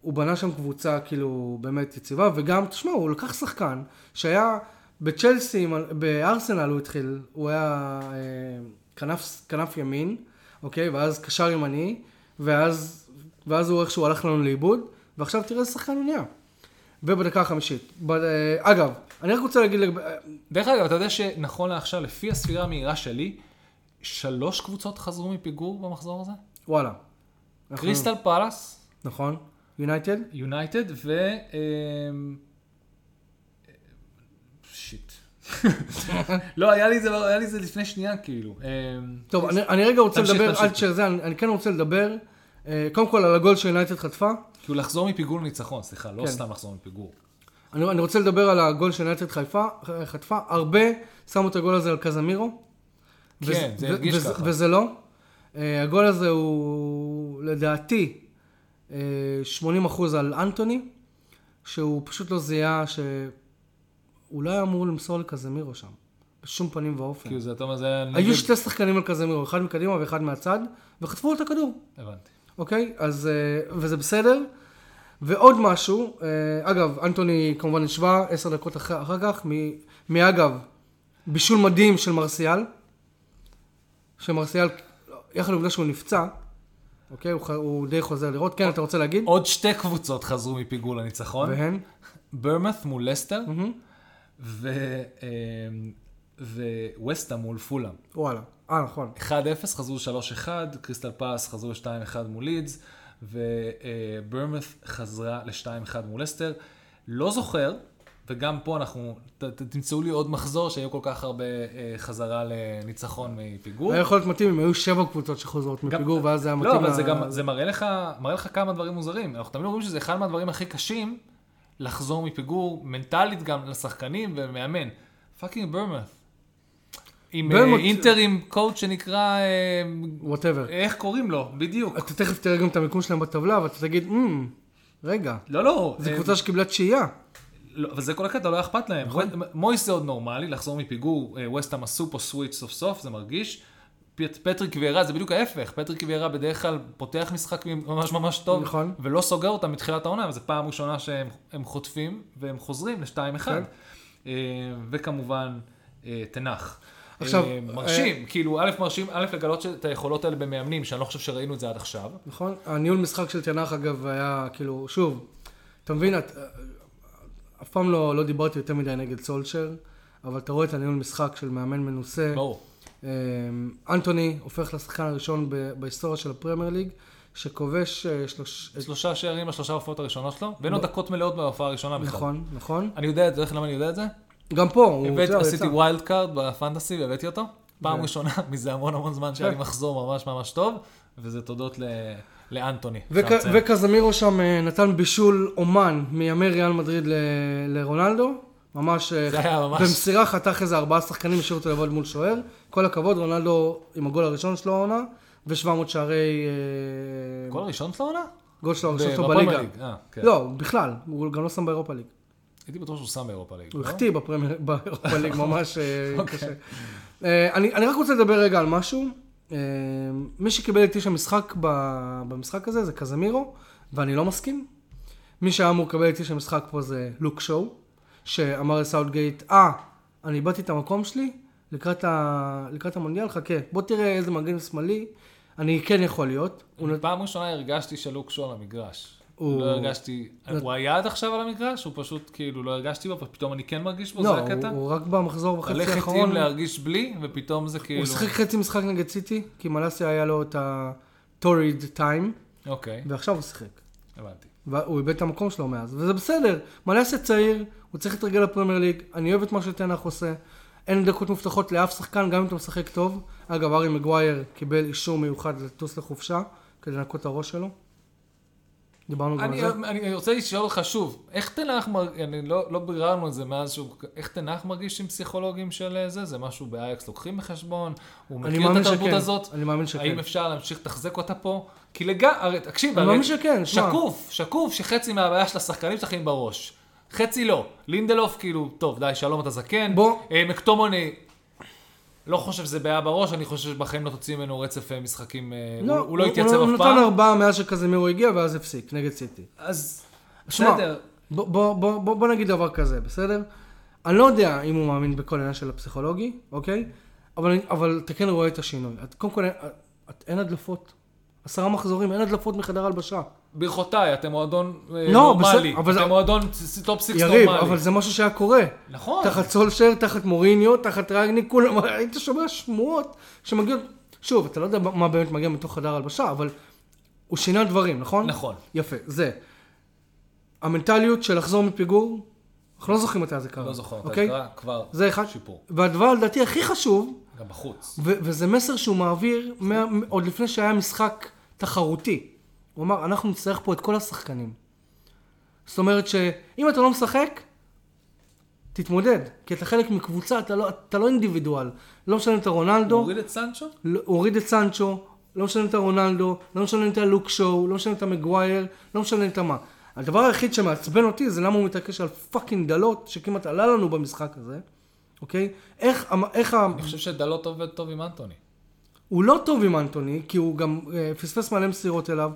A: הוא בנה שם קבוצה כאילו באמת יציבה, וגם, תשמע, הוא לקח שחקן שהיה בצ'לסי, עם ה- בארסנל הוא התחיל, הוא היה אה, כנף, כנף ימין, אוקיי, ואז קשר ימני, ואז, ואז הוא איכשהו הלך לנו לאיבוד, ועכשיו תראה איזה שחקן הוא נהיה. ובדקה החמישית. ב, אה, אגב, אני רק רוצה להגיד, לגב- אה,
B: דרך אגב, אתה יודע שנכון לעכשיו, לפי הספירה המהירה שלי, שלוש קבוצות חזרו מפיגור במחזור הזה?
A: וואלה. אנחנו-
B: קריסטל פלאס,
A: נכון, יונייטד,
B: יונייטד ו... אמ, שיט. לא, היה לי זה- היה לי זה לפני שנייה, כאילו. אמ,
A: טוב, אני, אני רגע רוצה
B: תמשיך,
A: לדבר,
B: תמשיך.
A: עד שזה, אני, אני כן רוצה לדבר, אה, קודם כל על הגול שיונייטד חטפה.
B: כאילו לחזור מפיגור לניצחון, סליחה, לא
A: כן.
B: סתם לחזור מפיגור.
A: אני, אני רוצה לדבר על הגול שיונייטד חיפה, ח- חטפה. הרבה שמו את הגול הזה על קזמירו.
B: כן, זה הרגיש
A: וזה,
B: ככה.
A: וזה לא. אה, הגול הזה הוא לדעתי אה, 80% על אנטוני, שהוא פשוט לא זיהה שהוא לא היה אמור למסור לקזמירו שם, בשום פנים ואופן.
B: כאילו זה, אתה אומר, זה היה
A: היו
B: נגד...
A: שתי שחקנים על קזמירו, אחד מקדימה ואחד מהצד, וחטפו את הכדור.
B: הבנתי.
A: אוקיי? אז, אה, וזה בסדר. ועוד משהו, אה, אגב, אנטוני כמובן השווה עשר דקות אחר, אחר כך, מ- מאגב, בישול מדהים של מרסיאל, שמרסיאל, יחד עם העובדה שהוא נפצע, אוקיי? הוא, ח- הוא די חוזר לראות. כן, אתה רוצה להגיד?
B: עוד שתי קבוצות חזרו מפיגור לניצחון.
A: והן?
B: ברמת מול לסטר,
A: מהמם.
B: וווסטה מול פולאם.
A: וואלה. אה, נכון.
B: 1-0 חזרו 3-1, קריסטל פאס חזרו 2-1 מול לידס, וברמת חזרה ל-2-1 מול לסטר. לא זוכר, וגם פה אנחנו, ת, ת, תמצאו לי עוד מחזור שהיו כל כך הרבה אה, חזרה לניצחון מפיגור.
A: היה יכול להיות מתאים אם היו שבע קבוצות שחוזרות
B: גם-
A: מפיגור, ואז זה היה מתאים.
B: לא, אבל
A: ל-
B: זה גם, זה מראה לך, מראה לך כמה דברים מוזרים. אנחנו תמיד אומרים שזה אחד מהדברים הכי קשים לחזור מפיגור מנטלית גם לשחקנים ומאמן. פאקינג ברמת. עם אה,
A: ברמת-
B: אינטרים קואוצ' שנקרא, אה,
A: וואטאבר.
B: איך קוראים לו? בדיוק.
A: אתה תכף תראה גם את המיקום שלהם בטבלה, ואתה תגיד, "אמ, רגע,
B: לא, לא.
A: זו
B: אה,
A: קבוצה נכון. שקיבלה תשיעייה.
B: לא, אבל זה כל הקטע, לא היה אכפת להם. מויס זה עוד נורמלי, לחזור מפיגור, אה, ווסטהאם עשו פה סוויץ' סוף סוף, זה מרגיש. פט- פטריק ויארה זה בדיוק ההפך, פטריק ויארה בדרך כלל פותח משחק ממש ממש טוב,
A: נכון.
B: ולא סוגר אותם מתחילת העונה, וזו פעם ראשונה שהם הם חוטפים, והם חוזרים ל-2-1.
A: כן.
B: וכמובן, אה, תנח.
A: עכשיו,
B: אה, מרשים, כאילו, א', מרשים, א', לגלות את היכולות האלה במאמנים, שאני לא חושב שראינו את זה עד עכשיו.
A: נכון? הניהול משחק של תנח אגב היה כאילו, שוב, אתה מבין, את, אף פעם לא, לא דיברתי יותר מדי נגד סולשר, אבל אתה רואה את הניהול משחק של מאמן מנוסה.
B: ברור.
A: אמ, אנטוני הופך לשחקן הראשון ב- בהיסטוריה של הפרמייר ליג, שכובש אה, שלוש... את-
B: שלושה שערים בשלושה הופעות הראשונות שלו, ואין לו דקות מלאות בהופעה הראשונה בכלל.
A: נכון, נכון.
B: אני יודע את זה, איך למה אני יודע את זה?
A: גם פה, הוא...
B: הבאת,
A: אתה יודע,
B: עשיתי
A: יצא.
B: ווילד קארד בפנטסי והבאתי אותו. פעם
A: כן.
B: ראשונה מזה המון המון זמן שהיה לי
A: כן.
B: מחזור ממש ממש טוב, וזה תודות ל- לאנטוני.
A: וכ-
B: אפשר לציין.
A: וקזמירו שם אה, נתן בישול אומן מימי ריאל מדריד ל- לרונלדו, ממש... אה,
B: זה היה ממש-
A: במסירה חתך איזה ארבעה שחקנים, השאיר אותו לבד מול שוער. כל הכבוד, רונלדו עם הגול הראשון שלו העונה, ו-700 שערי... אה,
B: גול ראשון של העונה?
A: גול שלו הראשון שלו
B: בפרמייר
A: בליגה.
B: ליג, אה, כן.
A: לא, בכלל, הוא גם לא שם באירופה ליג.
B: הייתי בטוח שהוא שם באירופה ליג.
A: הוא
B: לא? נכון. אוקיי.
A: החטיא בפרמייר- באירופה ליג ממש אה, קשה. אה, אני אני רק רוצה לדבר רגע על משהו. אה, מי שקיבל את איש המשחק ב- במשחק הזה זה קזמירו, ואני לא מסכים. מי שהיה אמור לקבל את איש המשחק פה זה לוק שואו, שאמר לסאוטגייט, אה, אני איבדתי את המקום שלי לקראת ה- לקראת המונדיאל, חכה, בוא תראה איזה מגן שמאלי אני כן יכול להיות. הוא נת-
B: פעם ראשונה הרגשתי שלוק שו על המגרש.
A: הוא-
B: לא הרגשתי, הוא היה עד עכשיו על המגרש, הוא פשוט כאילו לא הרגשתי בו, פתאום אני כן מרגיש בו,
A: לא,
B: זה הקטע.
A: הוא- הוא רק במחזור וחצי
B: ללכת
A: האחרון.
B: עם להרגיש בלי, ופתאום זה כאילו...
A: הוא שיחק חצי משחק נגד סיטי, כי מלאסיה היה לו את ה-Torrid time,
B: אוקיי,
A: ועכשיו הוא שיחק.
B: הבנתי.
A: והוא איבד את המקום שלו מאז, וזה בסדר. מלאסיה צעיר, הוא צריך להתרגל לפרמייר ליג, אני אוהב את מה שתנח עושה. אין דקות מובטחות לאף שחקן, גם אם אתה משחק טוב. אגב, ארי מגווייר קיבל אישור מיוחד לטוס לחופשה, כדי לנקות את הראש שלו. דיברנו גם על
B: אני,
A: זה.
B: אני רוצה לשאול אותך שוב, איך תנח מרגיש, אני לא, לא ביררנו את זה מאז שהוא, איך תנח מרגיש עם פסיכולוגים של אה, זה? זה משהו באייקס לוקחים בחשבון? הוא
A: אני
B: מכיר את
A: מאמין
B: התרבות
A: שכן.
B: הזאת?
A: אני מאמין שכן.
B: האם אפשר להמשיך לתחזק אותה פה? כי לגמרי, הרי תקשיב,
A: אני
B: הרי
A: מאמין שכן, שמע.
B: שקוף, שקוף שחצי מהבעיה של השחקנים שלכם בראש. חצי לא. לינדלוף כאילו, טוב, די, שלום, אתה זקן.
A: בוא.
B: אה, מקטומוני, לא חושב שזה בעיה בראש, אני חושב שבחיים לא תוציא ממנו רצף אה, משחקים, אה, הוא- הוא לא התייצב אף
A: הוא נתן
B: פעם.
A: ארבעה מאז שקזמירו הגיע, ואז הפסיק, נגד סיטי.
B: אז
A: שמע,
B: בסדר.
A: בוא, בוא, בוא, בוא, בוא נגיד דבר כזה, בסדר? אני לא יודע אם הוא מאמין בכל העניין של הפסיכולוגי, אוקיי? אבל, אני- אבל אתה כן רואה את השינוי. את, קודם כל, אין- את, אין הדלפות. עשרה מחזורים, אין הדלפות מחדר הלבשה.
B: ברכותיי, אתם מועדון אה,
A: לא,
B: נורמלי.
A: בסדר, אבל זה-
B: אתם מועדון ס- טופ סיקס נורמלי.
A: יריב, אבל זה משהו שהיה קורה.
B: נכון.
A: תחת סולשר, תחת מוריניו, תחת רגני, כולם, היית שומע שמועות שמגיעות... שוב, אתה לא יודע מה באמת מגיע מתוך חדר הלבשה, אבל הוא שינה דברים, נכון?
B: נכון.
A: יפה, זה. המנטליות של לחזור מפיגור, אנחנו לא זוכרים מתי זה קרה.
B: לא זוכר, אתה
A: אוקיי?
B: יקרא כבר
A: זה אחד.
B: שיפור.
A: והדבר לדעתי הכי חשוב,
B: גם בחוץ.
A: ו- וזה מסר שהוא מעביר מה- עוד לפני שהיה משחק תחרותי. הוא אמר, אנחנו נצטרך פה את כל השחקנים. זאת אומרת שאם אתה לא משחק, תתמודד. כי אתה חלק מקבוצה, אתה לא, אתה לא אינדיבידואל. לא משנה אם אתה
B: הוא
A: רונלדו,
B: הוריד את סנצ'ו?
A: לא- הוא הוריד את סנצ'ו, לא משנה אם אתה רונלדו, לא משנה אם אתה לוק שואו, לא משנה אם אתה מגווייר, לא משנה אם אתה מה. הדבר היחיד שמעצבן אותי זה למה הוא מתעקש על פאקינג דלות, שכמעט עלה לנו במשחק הזה, אוקיי? איך, המ- איך ה...
B: אני חושב שדלות עובד טוב עם אנטוני.
A: הוא לא טוב עם אנטוני, כי הוא גם אה, פספס מלא מסירות אליו.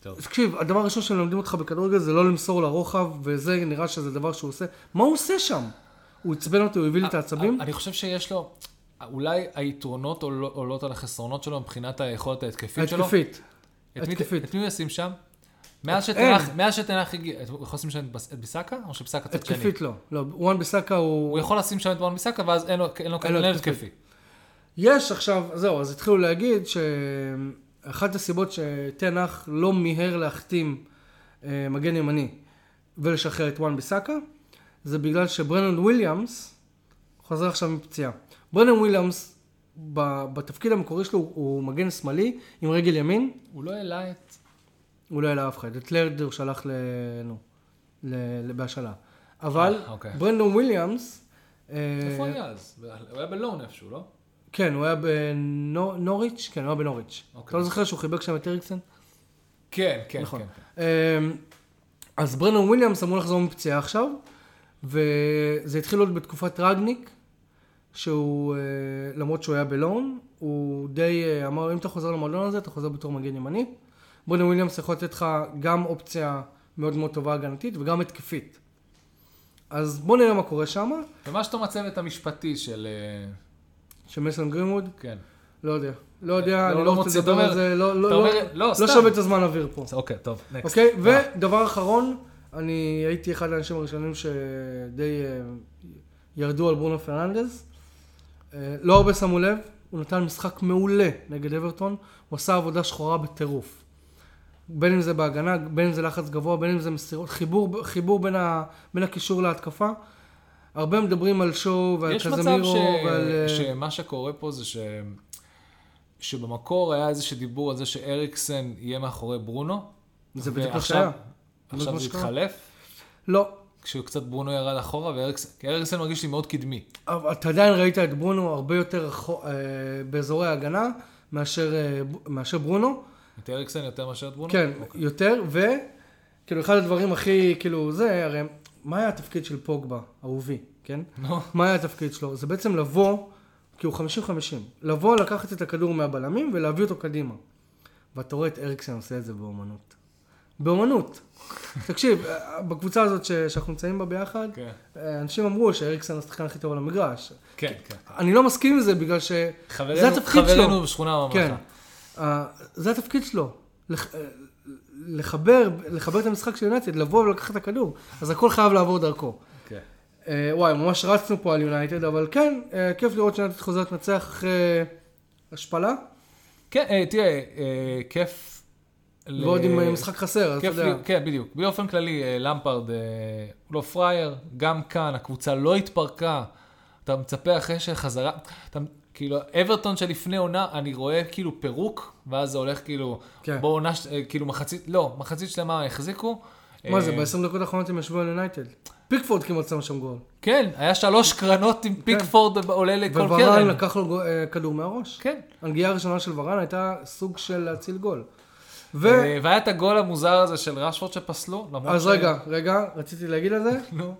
B: טוב.
A: תקשיב, הדבר הראשון שמלמדים אותך בכדורגל זה לא למסור לרוחב, וזה נראה שזה דבר שהוא עושה. מה הוא עושה שם? הוא עצבן אותי, הוא הביא לי את העצבים?
B: אני חושב שיש לו, אולי היתרונות עול- עולות על החסרונות שלו מבחינת היכולת ההתקפית שלו.
A: התקפית.
B: את מי-
A: התקפית.
B: את מי הוא ישים שם? מאז
A: אין.
B: שתנח- מאז שתנח הגיע, את- הוא יכול לשים שם את בס- את ביסאקה? או שביסאקה צד שני?
A: התקפית לא. לא, וואן ביסאקה הוא...
B: הוא יכול לשים שם את וואן ביסאקה ואז אין לו- אין לו
A: אין לו
B: כנראה
A: התקפית.
B: התקפי.
A: יש עכשיו, זהו, אז התחילו להגיד שאחת הסיבות שתנח לא מיהר להחתים אה, מגן ימני ולשחרר את וואן ביסאקה, זה בגלל שברנון וויליאמס חוזר עכשיו מפציעה. ברנון וויליאמס, ב- בתפקיד המקורי שלו, הוא- הוא מגן שמאלי עם רגל ימין,
B: הוא לא העלה את...
A: הוא לא העלה אף אחד. את לרד הוא שלח ל... נו, ל- בהשאלה. אבל
B: אה, אוקיי.
A: ברנדון וויליאמס... אה,
B: איפה היה אז? הוא היה בלון איפשהו, לא?
A: כן, הוא היה בנוריץ', כן, הוא היה בנוריץ'.
B: אוקיי.
A: אתה לא זוכר שהוא חיבק שם את אריקסן?
B: כן, כן,
A: נכון.
B: כן.
A: אמ, אז ברנון וויליאמס אמור לחזור מפציעה עכשיו, וזה התחיל עוד בתקופת רגניק, שהוא, אה, למרות שהוא היה בלון, הוא די אה, אמר, אם אתה חוזר למועדון הזה, אתה חוזר בתור מגן ימני. ברנון וויליאמס יכול לתת לך גם אופציה מאוד מאוד טובה הגנתית וגם התקפית. אז בוא נראה מה קורה שם,
B: ומה שאתה מצוות המשפטי של... אה,
A: שמסון גרינווד,
B: כן.
A: לא יודע. לא יודע,
B: לא,
A: אני
B: לא
A: לא רוצה
B: מוצא,
A: לדבר
B: אתה
A: על
B: אומר-
A: זה, לא-
B: אתה
A: לא-
B: אומר-
A: לא
B: לא,
A: לא
B: סתם.
A: שווה את הזמן אוויר פה.
B: אוקיי, טוב, נקסט.
A: אוקיי,
B: אה,
A: ודבר אחרון, אני הייתי אחד האנשים הראשונים שדי אה, ירדו על ברונו פרננדז. אה, לא הרבה שמו לב, הוא נתן משחק מעולה נגד אברטון, הוא עשה עבודה שחורה בטירוף. בין אם זה בהגנה, בין אם זה לחץ גבוה, בין אם זה מסירות, חיבור, חיבור בין, ה, בין הקישור להתקפה. הרבה מדברים על שואו ועל
B: יש מצב
A: קזמירו
B: ש...
A: ועל... אה,
B: שמה שקורה פה זה ש... שבמקור היה איזה שדיבור על זה שאריקסן יהיה מאחורי ברונו.
A: זה בדיוק מה
B: ועכשיו-
A: שהיה. בדיוק מה
B: עכשיו זה
A: שקרה.
B: התחלף,
A: לא,
B: כשקצת ברונו ירד אחורה, ואריקסן כי אריקסן מרגיש לי מאוד קדמי.
A: אבל אתה עדיין ראית את ברונו הרבה יותר רחו- אה, באזורי ההגנה מאשר, אה, ב- מאשר ברונו.
B: את אריקסן יותר מאשר את ברונו?
A: כן, יותר, וכאילו אחד הדברים הכי, כאילו זה, הרי מה היה התפקיד של פוגבה, אהובי, כן?
B: נו.
A: מה היה התפקיד שלו? זה בעצם לבוא, כי הוא 50-50, לבוא לקחת את הכדור מהבלמים ולהביא אותו קדימה. ואתה רואה את אריקסן עושה את זה באומנות. באומנות. תקשיב, אה, בקבוצה הזאת ש- שאנחנו נמצאים בה ביחד, אה,
B: כן,
A: אנשים אמרו שאריקסן השחקן הכי טוב על המגרש.
B: כן. כן.
A: אני לא מסכים עם זה בגלל ש... זה
B: חברנו-
A: התפקיד שלו.
B: חברנו בשכונה הממלכה.
A: כן. אה, זה התפקיד שלו. לח- אה, לחבר, לחבר את המשחק של יונייטד, לבוא ולקחת את הכדור. אז הכל חייב לעבור דרכו.
B: כן.
A: אה, וואי, ממש רצנו פה על יונייטד, אבל כן, אה, כיף לראות שיונייטד חוזרת לנצח אחרי השפלה.
B: כן, אה, תראה, אה, כיף... ל-
A: ועוד עם אה, משחק חסר, אז אתה
B: כיף לי,
A: יודע.
B: כן, בדיוק. באופן כללי, אה, למפרד אה, הוא לא פראייר, גם כאן הקבוצה לא התפרקה. אתה מצפה אחרי שחזרה, אתה, כאילו, אברטון שלפני עונה, אני רואה כאילו פירוק, ואז זה הולך כאילו,
A: כן.
B: כן. בוא עונה, ש- אה, כאילו מחצית, לא, מחצית שלמה החזיקו.
A: מה
B: אה,
A: זה, ב-20 דקות האחרונות הם ישבו על יונייטד. פיקפורד כמעט שם שם גול.
B: כן, היה שלוש קרנות עם פיקפורד עולה לכל
A: כן. וברן
B: קרן.
A: לקח לו גו- אה, כדור מהראש.
B: כן.
A: הנגיעה הראשונה של ורן הייתה סוג של להציל גול. ו...
B: אה, והיה את הגול המוזר הזה של רשפורד שפסלו, למרות
A: אז רגע, רגע, רציתי להגיד על זה,
B: נו,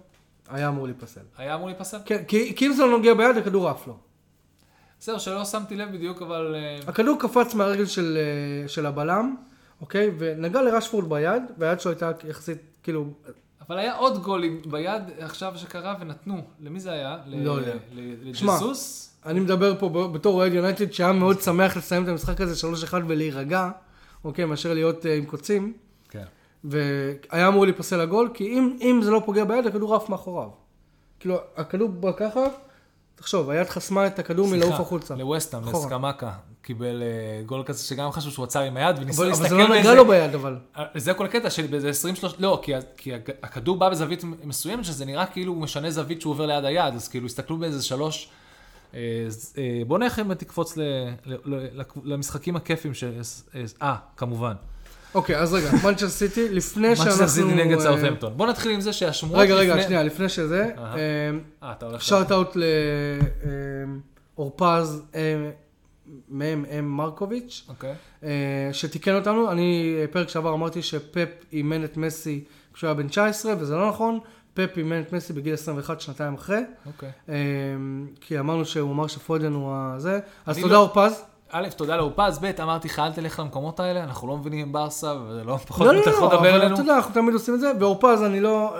A: היה אמור להיפסל.
B: היה אמור להיפסל.
A: כן, כי, כי אם זה לא נוגע ביד, הכדור עף לו.
B: זהו, שלא שמתי לב בדיוק, אבל... אה,
A: הכדור קפץ מהרגל של, אה, של הבלם, אוקיי? ונגע לרשפורד ביד, והיד שלו הייתה יחסית, כאילו,
B: אבל היה עוד גול עם- ביד עכשיו שקרה ונתנו. למי זה היה? ל-
A: לא יודע.
B: ל-
A: שמע.
B: לג'סוס?
A: אני מדבר פה ב- בתור אוהד יונייטד שהיה מאוד שמח לסיים את המשחק הזה 3-1 ולהירגע, אוקיי? מאשר להיות אה, עם קוצים.
B: כן.
A: והיה אמור להיפסל הגול, כי אם, אם זה לא פוגע ביד, הכדור עף מאחוריו. כאילו, הכדור בא ככה, תחשוב, היד חסמה את הכדור מלעוף החוצה.
B: לווסטהאם,
A: אחורה.
B: לסקמקה. קיבל אה, גול כזה שגם חשוב שהוא עצר עם היד וניסה
A: אבל,
B: להסתכל
A: אבל זה לא נגע לו ביד, אבל.
B: אה, זה כל הקטע של באיזה 23, לא, כי, ה- כי הג- הכדור בא בזווית מ- מסוימת, שזה נראה כאילו הוא משנה זווית שהוא עובר ליד היד, אז כאילו הסתכלו באיזה שלוש... אה, ז- אה, בוא נראה אם תקפוץ ל- ל- ל- לק- למשחקים הכיפים ש... אה, אה, כמובן.
A: אוקיי, אז רגע, מנצ'סטר סיטי, לפני שאנחנו...
B: מצ'סטר סיטי נגד
A: אה,
B: סאוטהמפטון. בוא נתחיל עם זה שהשמועות
A: רגע, רגע,
B: לפני-
A: שנייה, לפני שזה,
B: אהה. אה, אתה הולך...
A: שארט אאוט אה, לאורפז מ"מ מ- אה, מרקוביץ',
B: אוקיי.
A: אה, שתיקן אותנו. אני, אה, פרק שעבר אמרתי שפפ אימן את מסי כשהוא היה בן 19, וזה לא נכון. פפ אימן את מסי בגיל 21, שנתיים אחרי.
B: אוקיי.
A: אה, כי אמרנו שהוא אמר שפודן הוא הזה. אז
B: אני
A: תודה
B: לא-
A: אורפז.
B: א', תודה לאופז, ב', אמרתי לך, אל תלך למקומות האלה, אנחנו לא מבינים עם ברסה, וזה לא פחות
A: לא, לא,
B: אתה יכול
A: לא,
B: לדבר
A: אבל
B: אלינו.
A: אתה יודע, אנחנו תמיד עושים את זה. ואורפז, אני לא...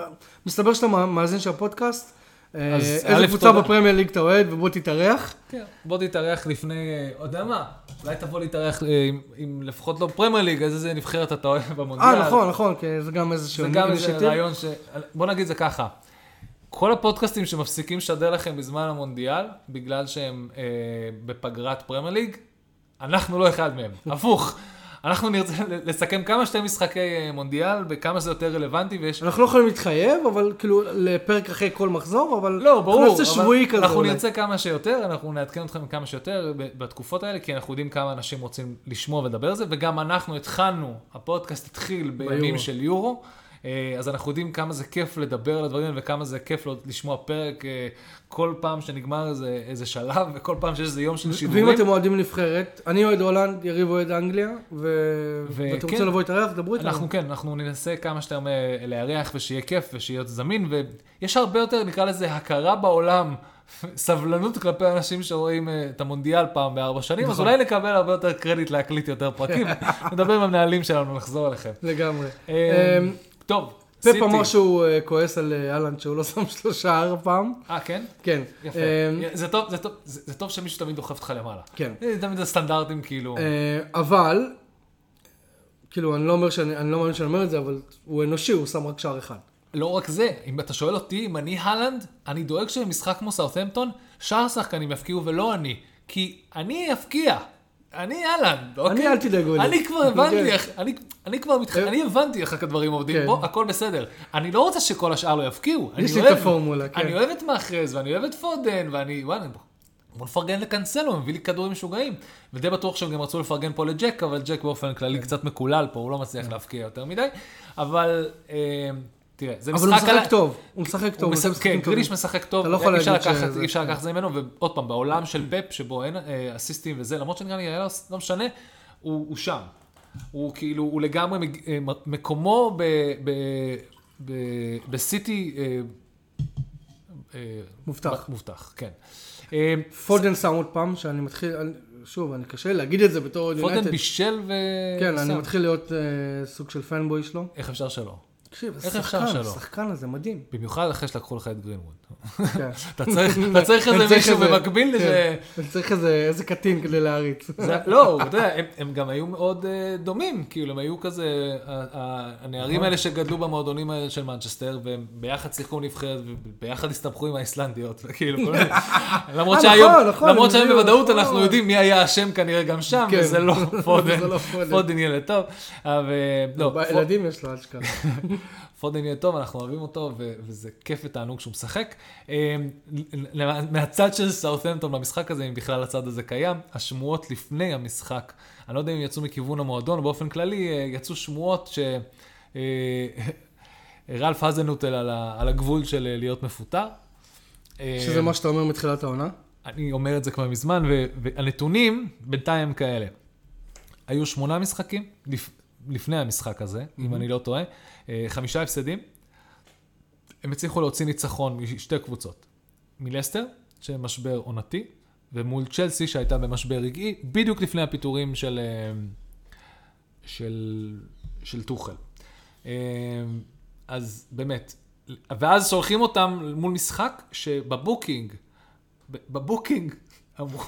A: מסתבר שאתה מא- מאזין של הפודקאסט. אה,
B: אז
A: איזה
B: א',
A: קבוצה
B: תודה.
A: בפרמייר ליג אתה אוהד, ובוא תתארח.
B: כן, בוא תתארח לפני, אה, אתה יודע מה, אולי תבוא להתארח אה, עם- עם לפחות לא פרמייר ליג, אז איזה נבחרת אתה אוהב במונדיאל.
A: אה, נכון, נכון, כי זה גם איזשהו
B: זה גם איזה
A: אינישייטיב.
B: רעיון ש... בוא נגיד זה ככה, כל הפודקאסטים שמפסיקים לשדר לכם בזמן המונדיאל, בגלל שהם אה, בפגרת פרמייר ליג, אנחנו לא אחד מהם. הפוך. אנחנו נרצה לסכם כמה שיותר משחקי אה, מונדיאל, בכמה שזה יותר רלוונטי, ויש
A: אנחנו לא יכולים להתחייב, אבל כאילו, לפרק אחרי כל מחזור, אבל...
B: לא, ברור.
A: אנחנו נעשה
B: אבל
A: נכון. שבועי כזה.
B: אנחנו
A: אולי.
B: נרצה כמה שיותר, אנחנו נעדכן אתכם כמה שיותר ב- בתקופות האלה, כי אנחנו יודעים כמה אנשים רוצים לשמוע ולדבר על זה, וגם אנחנו התחלנו, הפודקאסט התחיל בימים
A: ביורו.
B: של יורו. אה, אז אנחנו יודעים כמה זה כיף לדבר על הדברים האלה וכמה זה כיף לא- לשמוע פרק אה, כל פעם שנגמר איזה, איזה שלב וכל פעם שיש איזה יום של שידורים.
A: ואם אתם אוהדים נבחרת, אני אוהד הולנד, יריב אוהד אנגליה, ו...
B: וכן.
A: ואתם רוצים לבוא להתארח, דברו איתנו.
B: אנחנו כן, אנחנו ננסה כמה שיותר מ- לארח ושיהיה כיף ושיהיה זמין, ויש הרבה יותר, נקרא לזה, הכרה בעולם, סבלנות כלפי אנשים שרואים אה, את המונדיאל פעם בארבע שנים, אז
A: נכון.
B: אולי נקבל הרבה יותר קרדיט להקליט יותר פרקים, נדבר עם המנהלים שלנו, נחזור אליכם.
A: לגמרי.
B: אה,
A: אמ,
B: טוב, סיטי.
A: פפ אמר שהוא אה, כועס על אה, אהלנד שהוא לא שם שלושה ער פעם.
B: אה, כן?
A: כן.
B: יפה.
A: אמ,
B: זה טוב, זה טוב, זה זה טוב שמישהו תמיד דוחף אותך למעלה.
A: כן.
B: זה תמיד הסטנדרטים, כאילו.
A: אה, אבל, כאילו, אני לא אומר שאני, אני לא מאמין שאני אומר את זה, אבל הוא אנושי, הוא שם רק שער אחד.
B: לא רק זה, אם אתה שואל אותי, אם אני הלנד, אני דואג שבמשחק כמו סאוטהמפטון, שאר השחקנים יפקיעו ולא אני. כי אני אפקיע. אני הלנד, אוקיי?
A: אל תדאגו לי.
B: אני כבר הבנתי
A: כן.
B: איך, אני, אני כבר מתח... אני הבנתי איך הדברים עובדים.
A: כן.
B: בוא, הכל בסדר. אני לא רוצה שכל השאר לא יפקיעו. אני
A: יש לי
B: אוהב-
A: את הפורמולה, כן.
B: אני אוהב את מאחז, ואני אוהב את פודן, ואני... וואלה, בוא נפרגן לקנסלו, הוא מביא לי כדורים משוגעים. ודי בטוח שהם גם רצו לפרגן פה לג'ק, אבל ג'ק באופן כללי
A: כן.
B: קצת מקולל פה, הוא לא מצליח להפקיע יותר מדי. אבל, אה, תראה, זה
A: אבל הוא
B: על-
A: משחק טוב, הוא משחק טוב.
B: הוא משחק,
A: משחקים
B: כן,
A: טובים.
B: גריליש משחק טוב,
A: אתה לא יכול
B: אי אפשר
A: להגיד
B: לקחת-
A: שזה-
B: אי אפשר לקחת את זה ממנו, ועוד פעם, בעולם של פפ, שבו אין אה, אסיסטים וזה, למרות שנראה לי, היה לו- לא משנה, הוא הוא שם. הוא כאילו, הוא לגמרי, מג- אה, מ- מקומו ב- ב- ב- בסיטי... אה, אה,
A: מובטח.
B: מובטח, כן. אה,
A: פודן שם עוד פעם, שאני מתחיל, אני- שוב, אני קשה לי להגיד את זה בתור אוהד
B: פודן
A: יונייטד.
B: בישל ו...
A: כן, אני
B: שם.
A: מתחיל להיות אה, סוג של פנבוי שלו.
B: איך אפשר שלא?
A: תקשיב,
B: איך אפשר
A: השחקן,
B: שלא?
A: השחקן הזה מדהים.
B: במיוחד אחרי שלקחו לך את גרינווד.
A: כן.
B: אתה צריך אתה צריך
A: אני
B: איזה
A: צריך
B: מישהו
A: איזה-
B: במקביל לזה.
A: כן. אני צריך איזה איזה קטין כדי להריץ.
B: זה- לא, אתה יודע, הם- הם גם היו מאוד אה, דומים, כאילו, הם היו כזה, ה- ה-
A: נכון.
B: הנערים האלה שגדלו במועדונים האלה של מנצ'סטר, והם ביחד שיחקו נבחרת, וביחד הסתבכו עם האיסלנדיות, כאילו, כל מיני- למרות
A: אה,
B: שהיום,
A: נכון, נכון,
B: למרות
A: הם
B: שהיום
A: הביאו,
B: בוודאות
A: נכון.
B: אנחנו יודעים מי היה אשם כנראה גם שם,
A: כן.
B: וזה לא פודן,
A: זה לא פודן.
B: פודן ילד טוב, אבל לא, פו-
A: ילדים יש לו אשכרה.
B: פודן יהיה טוב, אנחנו אוהבים אותו, ו- וזה כיף ותענוג שהוא משחק. אה, למע- מהצד של סאות'מפטון במשחק הזה, אם בכלל הצד הזה קיים, השמועות לפני המשחק, אני לא יודע אם יצאו מכיוון המועדון, באופן כללי אה, יצאו שמועות ש... אה, רלף האזנוטל על, ה- על הגבול של אה, להיות מפוטר. אה,
A: שזה מה שאתה אומר מתחילת העונה.
B: אני אומר את זה כבר מזמן, ו- והנתונים בינתיים הם כאלה. היו שמונה משחקים לפ- לפני המשחק הזה, אם אני לא טועה, אה, חמישה הפסדים. הם הצליחו להוציא ניצחון משתי קבוצות. מלסטר, שמשבר עונתי, ומול צ'לסי שהייתה במשבר רגעי, בדיוק לפני הפיטורים של, אה, של, של טוחל. אה, אז באמת, ואז שולחים אותם מול משחק שבבוקינג, ב- בבוקינג, אמרו,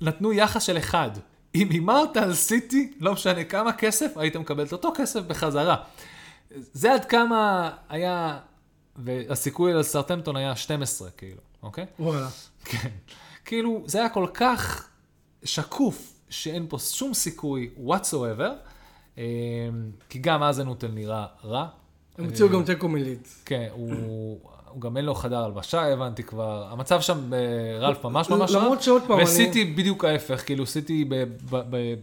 B: נתנו יחס של אחד. אם הימרת על סיטי, לא משנה כמה כסף, היית מקבל את אותו כסף בחזרה. זה עד כמה היה, והסיכוי על סרטמפטון היה 12, כאילו, אוקיי?
A: וואלה.
B: כן. כאילו, זה היה כל כך שקוף, שאין פה שום סיכוי whatsoever, אה, כי גם אז הנוטל נראה רע. אה,
A: הם הוציאו גם תיקו מלידס.
B: כן, הוא... הוא גם אין לו חדר הלבשה, הבנתי כבר. המצב שם ברלף ממש ממש רע.
A: לא, למרות שעוד פעם, אני-
B: וסיטי בדיוק ההפך, כאילו סיטי ב- ב- ב-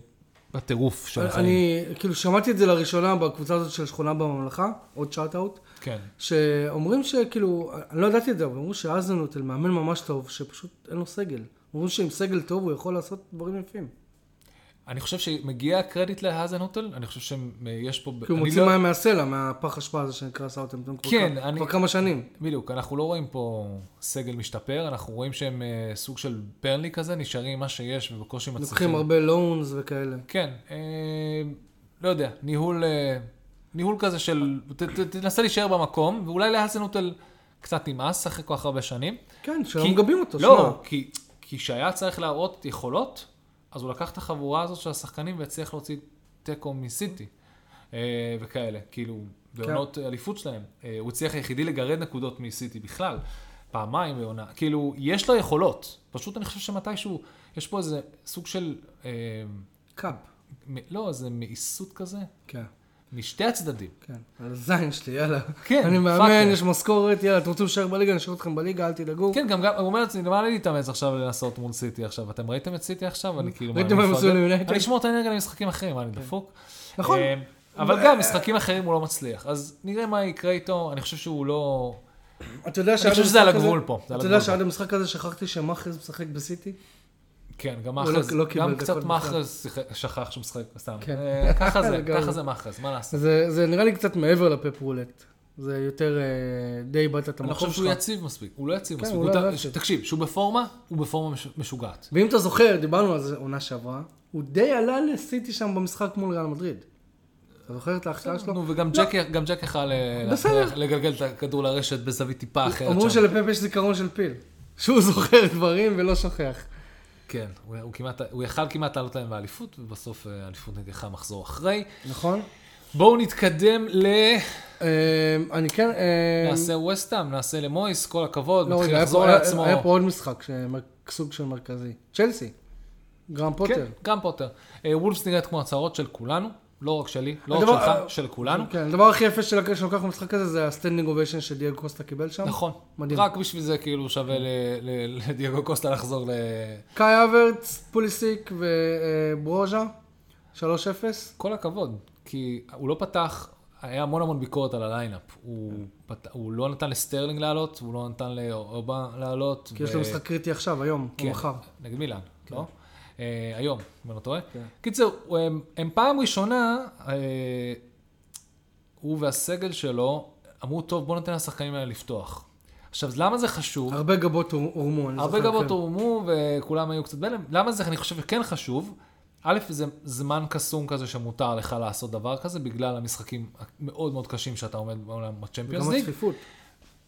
B: בטירוף של החיים.
A: אני כאילו שמעתי את זה לראשונה בקבוצה הזאת של שכונה בממלכה, עוד שאט אאוט,
B: כן.
A: שאומרים שכאילו, אני לא ידעתי את זה, אבל אמרו שאזנוטל מאמן ממש טוב, שפשוט אין לו סגל. אומרים שעם סגל טוב הוא יכול לעשות דברים יפים.
B: אני חושב שמגיע הקרדיט להאזן הוטל, אני חושב שיש פה...
A: כי כאילו, הוא
B: אני
A: מוציא
B: לא-
A: מים מהסלע, מהפח אשפה הזה שנקרא סאוטהמפטון כבר
B: כן,
A: כמה-
B: אני-
A: כבר כמה שנים.
B: בדיוק, אנחנו לא רואים פה סגל משתפר, אנחנו רואים שהם אה, סוג של ברנלי כזה, נשארים עם מה שיש ובקושי מצליחים.
A: לוקחים הרבה לונס וכאלה.
B: כן, אה, לא יודע, ניהול, אה, ניהול כזה של, ת- ת- תנסה להישאר במקום, ואולי להאזנוטל קצת נמאס אחרי כל כך הרבה שנים.
A: כן, שלא
B: כי-
A: מגבים אותו, שמע.
B: לא, כי- כי כשהיה צריך להראות יכולות, אז הוא לקח את החבורה הזאת של השחקנים והצליח להוציא תיקו מסיטי אה, וכאלה, כאילו,
A: כן.
B: בעונות אליפות שלהם. אה, הוא הצליח היחידי לגרד נקודות מסיטי בכלל, פעמיים בעונה. כאילו, יש לו יכולות, פשוט אני חושב שמתישהו, יש פה איזה סוג של... אה,
A: קאפ.
B: מ- לא, זה מעיסות כזה,
A: כן.
B: משתי הצדדים.
A: כן, על הזין שלי, יאללה.
B: כן,
A: אני
B: פאק
A: מאמן,
B: it.
A: יש משכורת, יאללה, אתם רוצים להישאר בליגה, נשאיר אתכם בליגה, אל תדאגו.
B: כן, גם, גם הוא אומר לעצמי, למה לי להתאמץ עכשיו לנסות מול סיטי עכשיו? אתם ראיתם את סיטי עכשיו? אני כאילו...
A: ראיתם
B: אני
A: מה הם עשו
B: מפרגן.
A: ליונייטד?
B: אני אשמור את האנרגיה למשחקים אחרים, מה, אני דפוק?
A: נכון.
B: אה, אבל גם משחקים אחרים הוא לא מצליח. אז נראה מה יקרה איתו, אני חושב שהוא לא...
A: אתה יודע שעד
B: חושב שזה על
A: המשחק
B: הגבול
A: הזה-
B: פה, זה על
A: אתה יודע
B: הגבול.
A: שעד המשחק הזה שכחתי שמאחז משחק בסיטי?
B: כן, גם
A: לא-
B: מאחז,
A: לא קיבל
B: גם
A: דקות
B: קצת
A: בכלל.
B: מאחז שיחק- שכח שהוא משחק, סתם.
A: כן.
B: אה, ככה זה,
A: לגמרי.
B: ככה זה מאחז, מה לעשות?
A: זה זה נראה לי קצת מעבר לפפ רולט. זה יותר אה, די איבדת את
B: אני
A: המקום
B: חושב שהוא
A: שלך.
B: יציב מספיק, הוא לא יציב
A: כן,
B: מספיק.
A: הוא
B: הוא
A: לא
B: ת-
A: יציב.
B: תקשיב, שהוא בפורמה, הוא בפורמה מש- משוגעת.
A: ואם אתה זוכר, דיברנו על זה עונה שעברה, הוא די עלה לסיטי שם במשחק מול ריאל מדריד. אתה זוכר את ההחטאה שלו?
B: כן,
A: לא.
B: נו, וגם ג'ק גם ג'ק יכל אה,
A: בסדר.
B: להכריח- לגלגל את הכדור לרשת בזווית טיפה אחרת
A: אמרו
B: שם.
A: שלפפ יש זיכרון של פיל. שהוא זוכר דברים ולא שוכח.
B: כן, הוא- הוא כמעט, הוא יכל כמעט לעלות להם באליפות, ובסוף אה, האליפות נגחה מחזור אחרי.
A: נכון?
B: בואו נתקדם ל...
A: אה, אני כן... אה,
B: נעשה ווסטאם, נעשה למויס, כל הכבוד,
A: לא,
B: מתחיל
A: רגע, היה
B: לחזור
A: פה- היה-
B: לעצמו.
A: היה פה עוד משחק, שמר- סוג של מרכזי. צ'לסי. גרם פוטר.
B: כן, גם פוטר. אה, וולפס נראית כמו הצהרות של כולנו, לא רק שלי, לא רק
A: הדבר-
B: שלך, של כולנו.
A: כן, הדבר הכי יפה של- שלוקח במשחק הזה זה הסטנדינג אוביישן שדייל קוסטה קיבל שם.
B: נכון.
A: מדהים.
B: רק בשביל זה כאילו שווה ל- ל- לדייגו קוסטה לחזור ל...
A: קאי אברץ, פוליסיק וברוז'ה, 3-0.
B: כל הכבוד, כי הוא לא פתח, היה המון המון ביקורת על הליינאפ. הוא,
A: כן.
B: פת... הוא לא נתן לסטרלינג לעלות, הוא לא נתן לאובה לעלות.
A: כי יש לו
B: ו-
A: משחק קריטי עכשיו, היום, או
B: כן,
A: מחר. כן.
B: נגד מילאן, לא? אה, היום, אם אני לא טועה. קיצר, הוא- הם, הם פעם ראשונה, אה, הוא והסגל שלו אמרו, טוב, בוא ניתן לשחקנים האלה לפתוח. עכשיו, למה זה חשוב?
A: הרבה גבות הור- הורמו, אני
B: הרבה
A: זוכר,
B: גבות
A: כן.
B: הורמו וכולם היו קצת בהלם. למה זה, אני חושב שכן חשוב. א', זה זמן קסום כזה שמותר לך לעשות דבר כזה, בגלל המשחקים המאוד מאוד קשים שאתה עומד בעולם בצ'מפיונס
A: גם
B: ליג.
A: הצפיפות.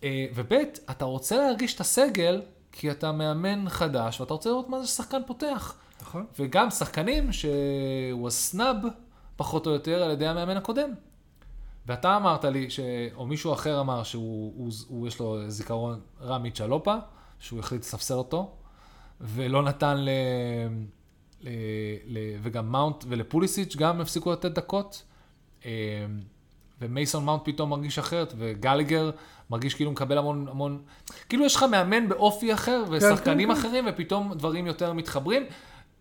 B: אה, וב', אתה רוצה להרגיש את הסגל, כי אתה מאמן חדש, ואתה רוצה לראות מה זה ששחקן פותח.
A: נכון.
B: וגם שחקנים שהוא הסנאב, פחות או יותר, על ידי המאמן הקודם. ואתה אמרת לי, ש... או מישהו אחר אמר שהוא, הוא, הוא, יש לו זיכרון רע מצ'לופה, שהוא החליט לספסל אותו, ולא נתן ל... ל... ל... וגם מאונט ולפוליסיץ' גם הפסיקו לתת דקות. אה, ומייסון מאונט פתאום מרגיש אחרת, וגלגר מרגיש כאילו מקבל המון, המון... כאילו יש לך מאמן באופי אחר, ושחקנים
A: כן, כן.
B: אחרים, ופתאום דברים יותר מתחברים,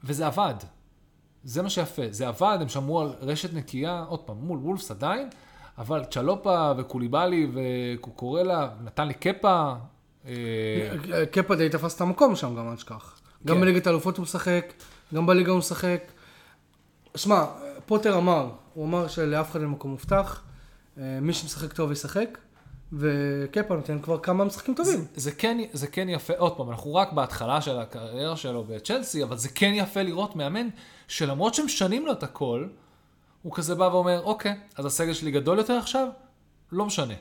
B: וזה עבד. זה מה שיפה, זה עבד, הם שמרו על רשת נקייה, עוד פעם, מול וולפס עדיין, אבל צ'לופה וקוליבאלי וקוקורלה, נתן לי קפה, אה,
A: קפה די תפס את המקום שם, גם אל תשכח. גם
B: כן.
A: בליגת האלופות הוא משחק, גם בליגה הוא משחק. שמע, פוטר אמר, הוא אמר שלאף אחד אין מקום מובטח, אה, מי שמשחק טוב ישחק, וקפה נותן כבר כמה משחקים טובים.
B: זה כן, זה כן יפה, עוד פעם, אנחנו רק בהתחלה של הקריירה שלו בצ'לסי, אבל זה כן יפה לראות מאמן שלמרות שמשנים לו את הכל, הוא כזה בא ואומר, אוקיי, אז הסגל שלי גדול יותר עכשיו? לא משנה.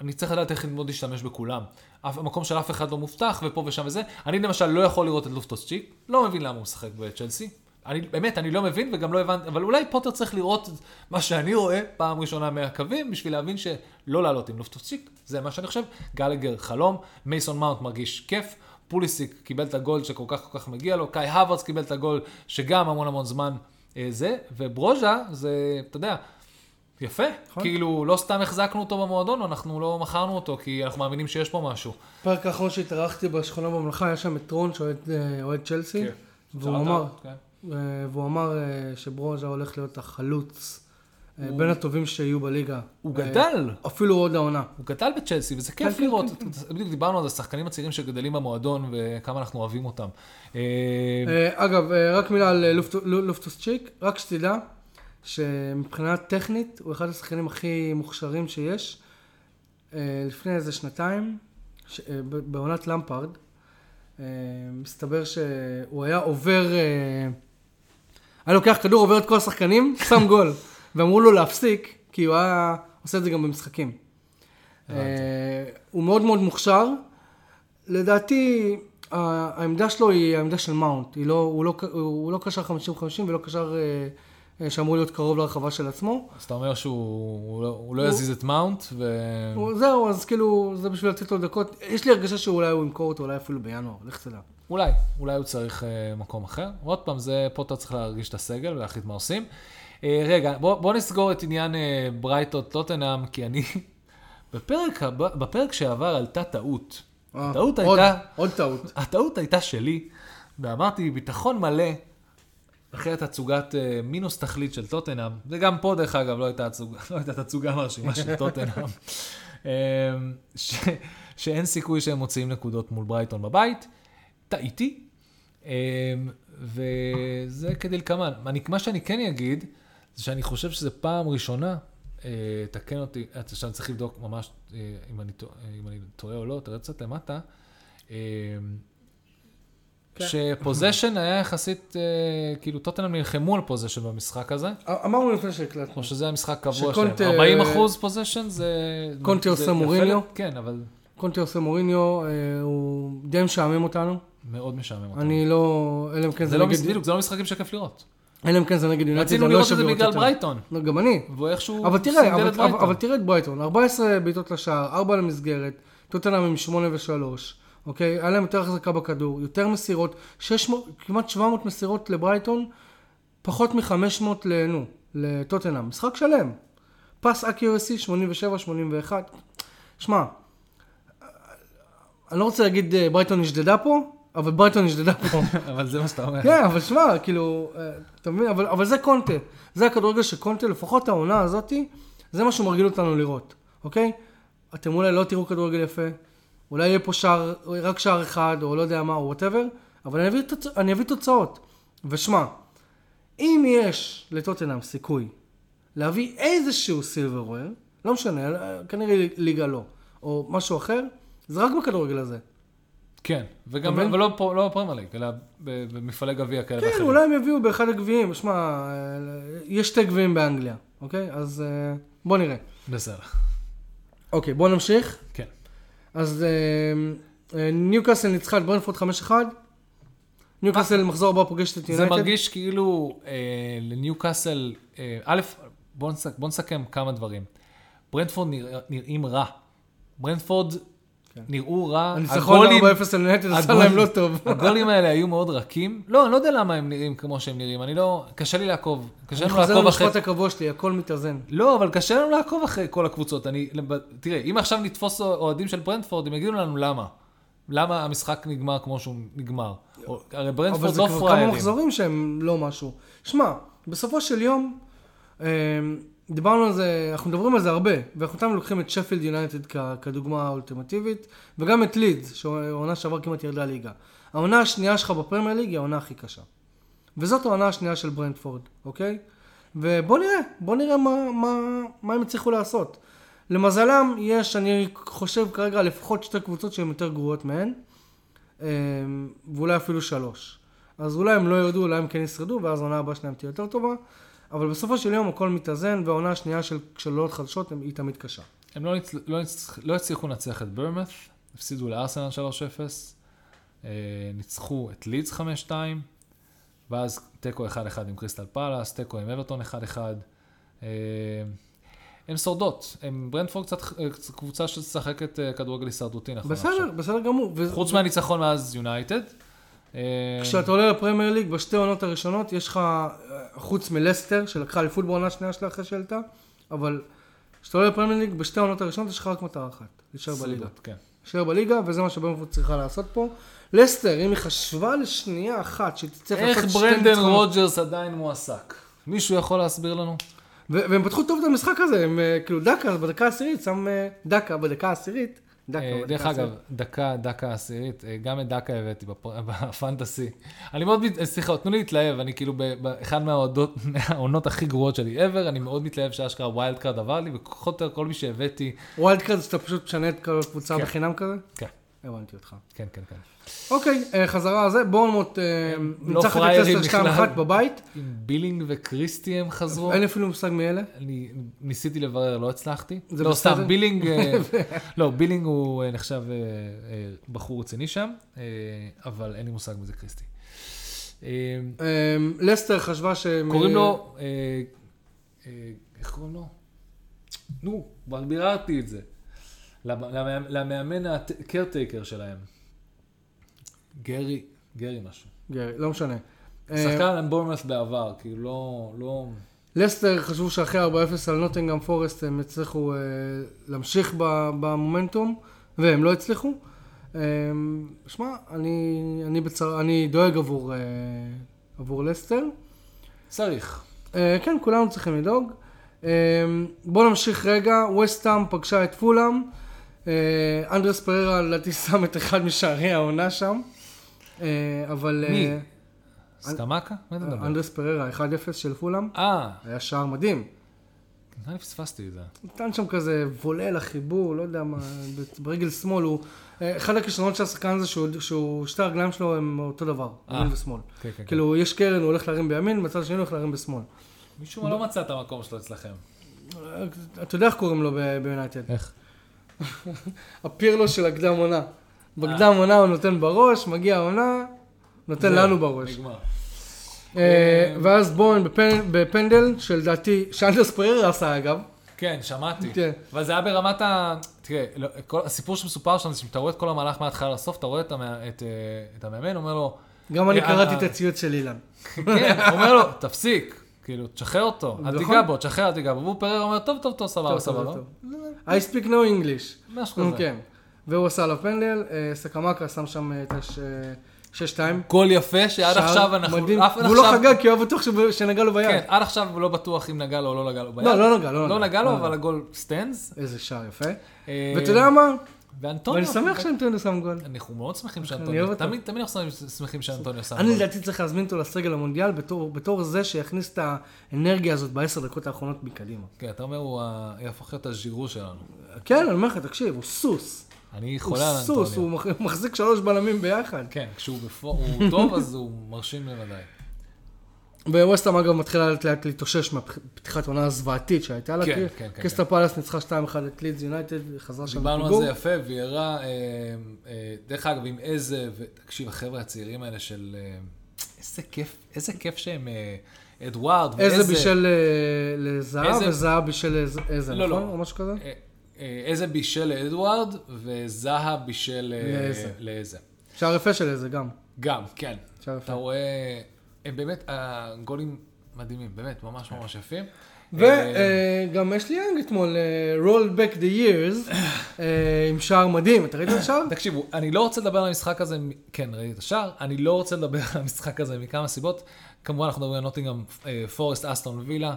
B: אני צריך לדעת איך ללמוד להשתמש בכולם. אף המקום של אף אחד לא מובטח, ופה ושם וזה. אני למשל לא יכול לראות את לופטוס צ'יק, לא מבין למה הוא משחק בצ'לסי. אני, באמת, אני לא מבין וגם לא הבנתי, אבל אולי פוטר צריך לראות את מה שאני רואה פעם ראשונה מהקווים, בשביל להבין שלא לעלות עם לופטוס צ'יק, זה מה שאני חושב. גלגר חלום, מייסון מאונט מרגיש כיף, פוליסיק קיבל את הגול שכל כך כל כך מגיע לו, קאי הווארדס קיבל את הגול שגם המון המון זמן אה, זה, וברוז'ה זה, אתה יודע, יפה,
A: נכון.
B: כאילו לא סתם החזקנו אותו במועדון, אנחנו לא מכרנו אותו, כי אנחנו מאמינים שיש פה
A: כן.
B: משהו.
A: הפרק האחרון שהתארחתי בשכונה במלאכה, היה שם את רון, שאוהד אה, אוהד צ'לסי,
B: כן.
A: והוא אמר, אה, והוא אמר אה, שברוז'ה הולך להיות החלוץ, אה, בין הטובים שיהיו בליגה.
B: הוא
A: אה,
B: גדל,
A: אפילו עוד העונה.
B: הוא גדל בצ'לסי, וזה
A: כן,
B: כיף לראות. בדיוק דיברנו על השחקנים הצעירים שגדלים במועדון, וכמה אנחנו אוהבים אותם. אה,
A: אה, אגב, אה, רק מילה על אה, לופט- לו- לופטוס צ'יק, רק שתדע שמבחינה טכנית הוא אחד השחקנים הכי מוכשרים שיש. אה, לפני איזה שנתיים, ש- אה, ב- בעונת למפרד, אה, מסתבר שהוא היה עובר, אה, היה לוקח כדור, עובר את כל השחקנים, שם גול, ואמרו לו להפסיק, כי הוא היה עושה את זה גם במשחקים.
B: הבנתי.
A: אה, הוא מאוד מאוד מוכשר. לדעתי, ה- העמדה שלו היא העמדה של מאונט. היא לא, הוא, לא, ק- הוא לא קשר 50-50 ולא קשר אה, אה, שאמור להיות קרוב לרחבה של עצמו.
B: אז אתה אומר שהוא הוא לא- הוא לא יזיז את מאונט, ו...
A: הוא- זהו, אז כאילו, זה בשביל לתת לו דקות. יש לי הרגשה שאולי הוא ימכור אותו, אולי אפילו בינואר, לך תדע.
B: אולי, אולי הוא צריך אה, מקום אחר. עוד פעם, זה, פה אתה צריך להרגיש את הסגל ולהחליט מה עושים. אה, רגע, בוא, בוא נסגור את עניין אה, ברייטות טוטנאם, כי אני... בפרק, הבא, בפרק שעבר עלתה טעות.
A: אה,
B: הטעות
A: עוד-
B: הייתה-
A: עוד טעות.
B: הטעות הייתה שלי, ואמרתי, ביטחון מלא, אחרי התצוגת אה, מינוס תכלית של טוטנאם, וגם פה דרך אגב לא הייתה, הצוג... לא הייתה תצוגה מרשימה של טוטנאם, אה, ש... שאין סיכוי שהם מוציאים נקודות מול ברייטון בבית, טעיתי, אה, וזה כדלקמן. אני- מה שאני כן אגיד, זה שאני חושב שזו פעם ראשונה, אה, תקן אותי, אה, עכשיו צריך לבדוק ממש אה, אם אני טוע- אה, אם אני טועה או לא, תראה קצת למטה. אה,
A: כן.
B: שפוזיישן היה יחסית, אה, כאילו טוטנאם נלחמו על פוזיישן במשחק הזה,
A: אה, אמרנו לפני
B: או
A: שהקלטנו.
B: שזה המשחק קבוע
A: שקונטה-
B: שלהם. 40 אחוז פוזיישן זה...
A: קונטה
B: זה
A: עושה
B: יפה
A: מוריניו?
B: ל- כן, אבל
A: קונטי עושה מוריניו, אה, הוא די משעמם אותנו.
B: מאוד משעמם אותנו.
A: אני לא... אלא אם כן
B: זה
A: זה
B: לא
A: נגד...
B: מס- בדיוק, זה לא משחקים שכיף לראות.
A: אלא אם כן זה נגד יונתן.
B: רצינו לראות את זה בגלל ברייטון,
A: לא, גם אני.
B: והוא איכשהו
A: אבל תראה, אבל,
B: סינדל את
A: אבל, אבל
B: ברייטון.
A: תראה את ברייטון, 14 בעיטות לשער, 4 למסגרת, טוטנאם עם 8 ו-3, אוקיי? היה להם יותר החזקה בכדור, יותר מסירות, 600, כמעט 700 מסירות לברייטון, פחות מ-500 לנו, לטוטנאם, משחק שלם. פס אקיורסי 87-81. שמע, אני לא רוצה להגיד אה, ברייטון נשדדה פה, אבל ברייטון נשדדה פה.
B: אבל זה מה שאתה אומר.
A: כן, אבל שמע, כאילו, אה, אתה מבין? אבל, אבל זה קונטה. זה הכדורגל של קונטה, לפחות העונה הזאתי, זה מה שמרגיל אותנו לראות, אוקיי? אתם אולי לא תראו כדורגל יפה, אולי יהיה פה שער, רק שער אחד, או לא יודע מה, או וואטאבר, אבל אני אביא, תוצ... אני אביא תוצאות. ושמע, אם יש לטוטנאם סיכוי להביא איזשהו סילברוויר, לא משנה, אה, כנראה ליגה לא, או משהו אחר, זה רק בכדורגל הזה.
B: כן, וגם,
A: אבל-
B: ולא פה- לא בפרמייר ליג, אלא ב- במפעלי גביע כאלה
A: כן,
B: ואחרים.
A: אולי הם יביאו באחד הגביעים, שמע, אה, יש שתי גביעים באנגליה, אוקיי? אז אה, בוא נראה.
B: בסדר,
A: אוקיי, בוא נמשיך.
B: כן.
A: אז אה, אה, ניוקאסל ניצחה את ברנפורד 5-1. ניוקאסל מחזור הבא פוגשת את
B: אה, זה
A: יונייטד.
B: מרגיש כאילו אה, לניוקאסל, אה, א', בוא, נס, בוא נסכם כמה דברים. ברנדפורד נרא, נראים רע. ברנדפורד נראו רע.
A: כן. הניצחון 4-0 על יונייטד עשה
B: הגולים-
A: להם לא טוב.
B: הגולים האלה היו מאוד רכים. לא, אני לא יודע למה הם נראים כמו שהם נראים. אני לא, קשה לי לעקוב. קשה
A: אני
B: לנו
A: חוזר
B: לעקוב אחרי...
A: למשפט הקבוע שלי, הכל מתאזן.
B: לא, אבל קשה לנו לעקוב אחרי כל הקבוצות. אני, תראה, אם עכשיו נתפוס אוהדים של ברנדפורד, הם יגידו לנו למה. למה המשחק נגמר כמו שהוא נגמר. או- הרי
A: אבל
B: ברנדפורד
A: זה
B: לא
A: כבר כמה
B: פראיירים.
A: מחזורים שהם לא משהו. שמע, בסופו של יום, אה, דיברנו על זה, אנחנו מדברים על זה הרבה, ואנחנו תמיד לוקחים את שפילד יונייטד כ- כדוגמה האולטימטיבית, וגם את לידס, שהעונה שעבר כמעט ירדה ליגה. העונה השנייה שלך בפרמייר ליג היא העונה הכי קשה. וזאת העונה השנייה של ברנדפורד, אוקיי? ובוא נראה, בוא נראה מה, מה, מה הם הצליחו לעשות. למזלם, יש, אני חושב כרגע, לפחות שתי קבוצות שהן יותר גרועות מהן. אמ, ואולי אפילו שלוש. אז אולי הם לא ירדו, אולי הם כן ישרדו, ואז העונה הבאה שלהם תהיה יותר טובה. אבל בסופו של יום הכל מתאזן, והעונה השנייה של של עולות חדשות הם- היא תמיד קשה.
B: הם לא, הצ... לא, הצ... לא הצליחו לנצח את ברמת, הפסידו לארסנל 3-0, אה, ניצחו את לידס 5-2, ואז תיקו 1-1 עם קריסטל פאלאס, תיקו עם אברטון 1-1. אה, הם שורדות, הם ברנדפורד קצת אה, קבוצה שמשחקת אה, כדורגל הישרדותי, נכון?
A: בסדר, בסדר גמור. ו-
B: חוץ מהניצחון מאז יונייטד. אה,
A: כשאתה עולה לפרמייר ליג, בשתי העונות הראשונות יש לך, אה, חוץ מלסטר, שלקחה אליפות בעונה השנייה שלה אחרי שעלתה, אבל כשאתה עולה לפרמייר ליג, בשתי העונות הראשונות יש לך רק מטרה אחת, להישאר בליגה.
B: שרידות, כן.
A: להישאר בליגה, וזה מה שברנפורד צריכה לעשות פה. לסטר, אם היא חשבה לשנייה אחת שהיא תצטרך לעשות
B: איך
A: שתי
B: ברנדן
A: ניצחונות-
B: רוג'רס עדיין מועסק? מישהו יכול להסביר לנו?
A: ו- והם פתחו טוב את המשחק הזה, הם אה, כאילו דקה בדקה העשירית, שם אה, דקה בדקה העשירית. דקה
B: אה,
A: בדקה
B: דרך
A: העשירית.
B: אגב, דקה, דקה עשירית, אה, גם את דקה הבאתי בפר- בפנטסי. אני מאוד, מת- אה, סליחה, תנו לי להתלהב, אני כאילו ב- באחד מהעודות- מהעונות הכי גרועות שלי ever, אני מאוד מתלהב שאשכרה ווילד קארד עבר לי, ופחות או יותר כל מי שהבאתי,
A: ווילד קארד שאתה פשוט משנה את כל הקבוצה
B: כן.
A: בחינם כזה?
B: כן,
A: הבנתי אותך.
B: כן, כן, כן.
A: אוקיי, אה, חזרה על זה, בורנמוט אה,
B: לא
A: ניצחת את
B: פראיירים
A: לסטר 2
B: בכלל.
A: 1 בבית,
B: עם בילינג וקריסטי הם חזרו.
A: אין לי אפילו מושג מי אלה.
B: אני ניסיתי לברר, לא הצלחתי.
A: זה
B: לא,
A: בסדר?
B: סתם, בילינג, אה, לא, בילינג הוא אה, נחשב אה, אה, בחור רציני שם, אה, אבל אין לי מושג מי זה קריסטי. אה,
A: אה, לסטר חשבה שהם...
B: קוראים לו, אה, אה, איך קוראים לו? נו, כבר ביררתי את זה. למ- למ- למאמן הקרטייקר שלהם. גרי, גרי משהו.
A: גרי, לא משנה. אה,
B: שחקן עם בורמאס בעבר, כאילו לא, לא...
A: לסטר חשבו שאחרי 4-0 על נוטינגאם פורסט הם יצליחו אה, להמשיך ב- במומנטום, והם לא הצליחו. אה, שמע, אני, אני, בצר... אני דואג עבור, אה, עבור לסטר.
B: צריך.
A: אה, כן, כולנו צריכים לדאוג. אה, בואו נמשיך רגע, וסטאם פגשה את פולאם. אה, אנדרס פררה לדעתי שם את אחד משערי העונה שם. אה, אבל...
B: מי?
A: אה,
B: סטמקה? מה אתה מדבר?
A: אנדרס פררה 1-0 של פולאם.
B: אה,
A: היה שער מדהים.
B: נראה לי פספסתי את זה. כן,
A: נתן שם כזה וולל לחיבור, לא יודע מה, ב- ברגל שמאל הוא... אה, אחד הכישרונות של השחקן זה שהוא, שהוא שתי הרגליים שלו הם אותו דבר,
B: אה.
A: ימין ושמאל.
B: כן, כן, כן.
A: כאילו, יש קרן, הוא הולך להרים בימין, מצד שני הוא הולך להרים בשמאל.
B: מישהו לא מצא את המקום שלו אצלכם.
A: אה, אתה יודע איך קוראים לו ב- ביונייטד?
B: איך?
A: הפירלו של הקדם עונה. בקדם עונה הוא נותן בראש, מגיע העונה, נותן לנו בראש.
B: נגמר.
A: אה, ואז בורן בפנ- בפנדל, שלדעתי, שאנדרס פררה עשה אגב.
B: כן, שמעתי.
A: כן.
B: אבל זה היה ברמת ה... תראה, לא, כל הסיפור שמסופר שם זה שאתה רואה את כל המהלך מההתחלה לסוף, אתה רואה את המא- את, אה, את המאמן, אומר לו...
A: גם אני
B: אה,
A: קראתי
B: אה,
A: את הציוץ של אילן.
B: כן, אומר לו, תפסיק. כאילו, תשחרר אותו, אל
A: נכון.
B: תיגע בו, תשחרר, אל תיגע בו. והוא פרר אומר, טוב, טוב, טוב, סבבה,
A: טוב, טוב,
B: סבבה.
A: טוב. I speak no English.
B: משהו
A: נו,
B: כזה.
A: כן. והוא עשה עליו פנדל, אה, סקמקה שם שם את אה, ה-6-2.
B: גול יפה, שעד עכשיו אנחנו... אף-
A: והוא לא
B: עכשיו-
A: חגג, כי הוא היה בטוח שב- שנגע לו ביד.
B: כן, עד עכשיו הוא לא בטוח אם נגע לו או לא נגע לו ביד.
A: לא, לא נגע, לא
B: לא
A: נגע.
B: נגע
A: לא
B: לו,
A: נגע.
B: אבל הגול סטנדס.
A: איזה שער יפה.
B: אה,
A: ואתה יודע מה?
B: ואנטוניו...
A: ואני שמח שאנטוניו שם גול.
B: אנחנו מאוד שמחים
A: אני אוהב
B: שאנטוניו...
A: אותו.
B: תמיד תמיד אנחנו שמחים- שמחים שאנטוניו שם
A: אני
B: גול.
A: לדעתי צריך להזמין אותו לסגל המונדיאל בתור- בתור זה שיכניס את האנרגיה הזאת בעשר דקות האחרונות מקדימה.
B: כן, אתה אומר, הוא ה- יהפוך להיות הז'ירו שלנו.
A: כן, אני אומר לך, תקשיב, הוא סוס.
B: אני
A: הוא
B: חולה על
A: סוס,
B: אנטוניו.
A: הוא מח- הוא מחזיק שלוש בלמים ביחד.
B: כן, כשהוא בפו- הוא טוב, אז הוא מרשים בוודאי.
A: וווסטהאם אגב מתחילה לאט לאט להתאושש מהפתיחת עונה הזוועתית שהייתה לה.
B: כן,
A: כי-
B: כן, כן,
A: קריסטל פלאס ניצחה 2-1 את לידס יונייטד, חזרה שם
B: דיברנו על
A: לפיגור.
B: זה יפה, ויירה, אה, אה, דרך אגב, עם איזה, תקשיב, החבר'ה הצעירים האלה של... אה, איזה כיף, איזה כיף שהם אה, אדוארד,
A: איזה בישל אה, לזהב
B: איזה-
A: וזהב בישל לז- איזה,
B: לא,
A: נכון?
B: לא.
A: או משהו כזה?
B: אה, אה, איזה בישל לאדוארד, וזהה בישל אה,
A: לאיזה.
B: לאיזה.
A: שער יפה של איזה גם.
B: גם, כן.
A: שער
B: אתה
A: יפה.
B: רואה, הם באמת, הגולים מדהימים, באמת, ממש ממש יפים. אה,
A: וגם יש לי יאנג אתמול, אה, roll back the years, אה, עם שער מדהים, אתה ראית את השער?
B: תקשיבו, אני לא רוצה לדבר על המשחק הזה, מ- כן, ראיתי את השער, אני לא רוצה לדבר על המשחק הזה מכמה סיבות. כמובן, אנחנו מדברים על נוטינגאם אה, פורסט אסטון וילה,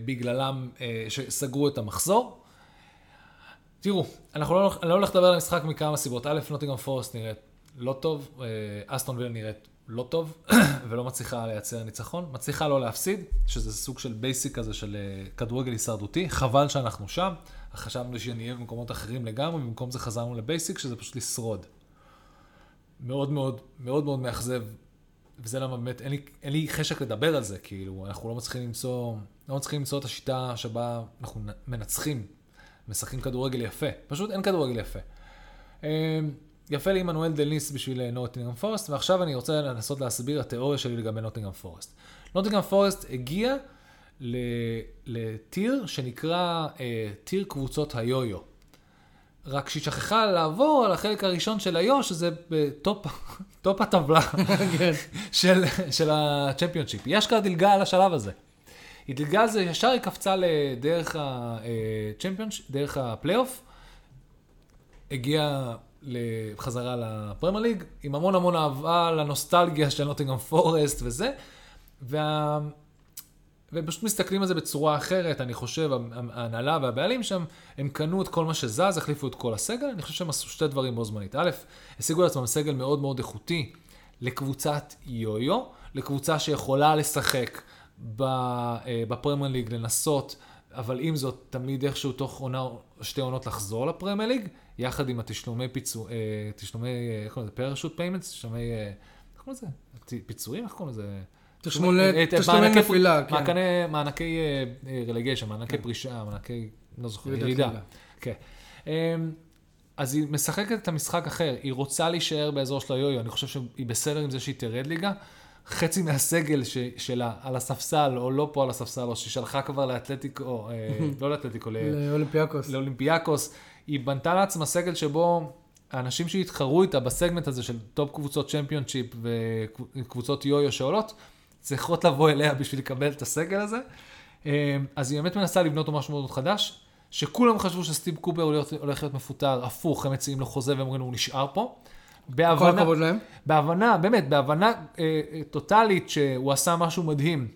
B: שבגללם, אה, שסגרו את המחזור. תראו, אנחנו לא, אני לא הולך לדבר על המשחק מכמה סיבות. א', נוטינגאם פורסט נראית לא טוב, אה, אסטון וילה נראית לא טוב, ולא מצליחה לייצר ניצחון. מצליחה לא להפסיד, שזה סוג של בייסיק כזה של אה, כדורגל הישרדותי. חבל שאנחנו שם. חשבנו שנהיה במקומות אחרים לגמרי, במקום זה חזרנו לבייסיק, שזה פשוט לשרוד. מאוד מאוד, מאוד מאוד מאכזב, וזה למה באמת, אין לי, אין לי חשק לדבר על זה, כאילו, אנחנו לא מצליחים למצוא, לא מצליחים למצוא את השיטה שבה אנחנו נ- מנצחים, משחקים כדורגל יפה, פשוט אין כדורגל יפה. אה, יפה לי עמנואל דניס בשביל נוטינגרם פורסט, ועכשיו אני רוצה לנסות להסביר התיאוריה שלי לגבי נוטינגרם פורסט. נוטינגרם פורסט הגיע ל- לטיר שנקרא אה, טיר קבוצות היו-יו. רק שהיא שכחה לעבור על החלק הראשון של היו, שזה בטופ טופ הטבלה
A: כן.
B: של, של הצ'מפיונשיפ. היא אשכרה דילגה על השלב הזה. היא דילגה על זה, ישר היא קפצה לדרך הצ'מפיונשיפ, דרך הפלייאוף, הגיעה בחזרה לפרמייר ליג, עם המון המון אהבה לנוסטלגיה של נוטינגרם פורסט וזה, וה... והם פשוט מסתכלים על זה בצורה אחרת, אני חושב, הה- ההנהלה והבעלים שם, הם קנו את כל מה שזז, החליפו את כל הסגל, אני חושב שהם עשו שתי דברים בו זמנית. א', השיגו לעצמם סגל מאוד מאוד איכותי לקבוצת יו-יו, לקבוצה שיכולה לשחק ב- אה, בפרמייר ליג, לנסות, אבל עם זאת, תמיד איכשהו תוך עונה, או שתי עונות לחזור לפרמייר ליג, יחד עם התשלומי פיצו... אה, תשלומי, אה, איך קוראים לזה? פרשוט פיימנטס? תשלומי, אה, איך קוראים לזה? ת- פיצויים? איך קוראים לזה?
A: תשלומי-
B: אה, אה,
A: תשלומי
B: מענקי-
A: נפילה, כן.
B: מענקי מענקי, מענקי רלגיישן, מענקי פרישה, מענקי, לא זוכר,
A: ירידת
B: ירידה.
A: ליגה.
B: כן. אמ, אז היא משחקת את המשחק אחר, היא רוצה להישאר באזור של היו-יו, אני חושב שהיא בסדר עם זה שהיא תרד ליגה. חצי מהסגל ש- שלה על הספסל, או לא פה על הספסל, או שהיא שלחה כבר לאתלטיקו, אה, לא לאתלטיקו, ל-
A: לאולימפיאקוס.
B: לא, לאולימפיאקוס. היא בנתה לעצמה סגל שבו האנשים שהתחרו איתה בסגמנט הזה של טופ קבוצות צ'מפיונשיפ וקבוצות יו-יו שעולות, צריכות לבוא אליה בשביל לקבל את הסגל הזה. אה, אז היא באמת מנסה לבנות אותו משהו מאוד חדש, שכולם חשבו שסטיב קופר הולך הולך להיות מפוטר, הפוך, הם מציעים לו חוזה והם אומרים לו, הוא נשאר פה.
A: כל
B: בהבנה,
A: הכבוד להם.
B: בהבנה, באמת, בהבנה אה, אה, טוטאלית שהוא עשה משהו מדהים.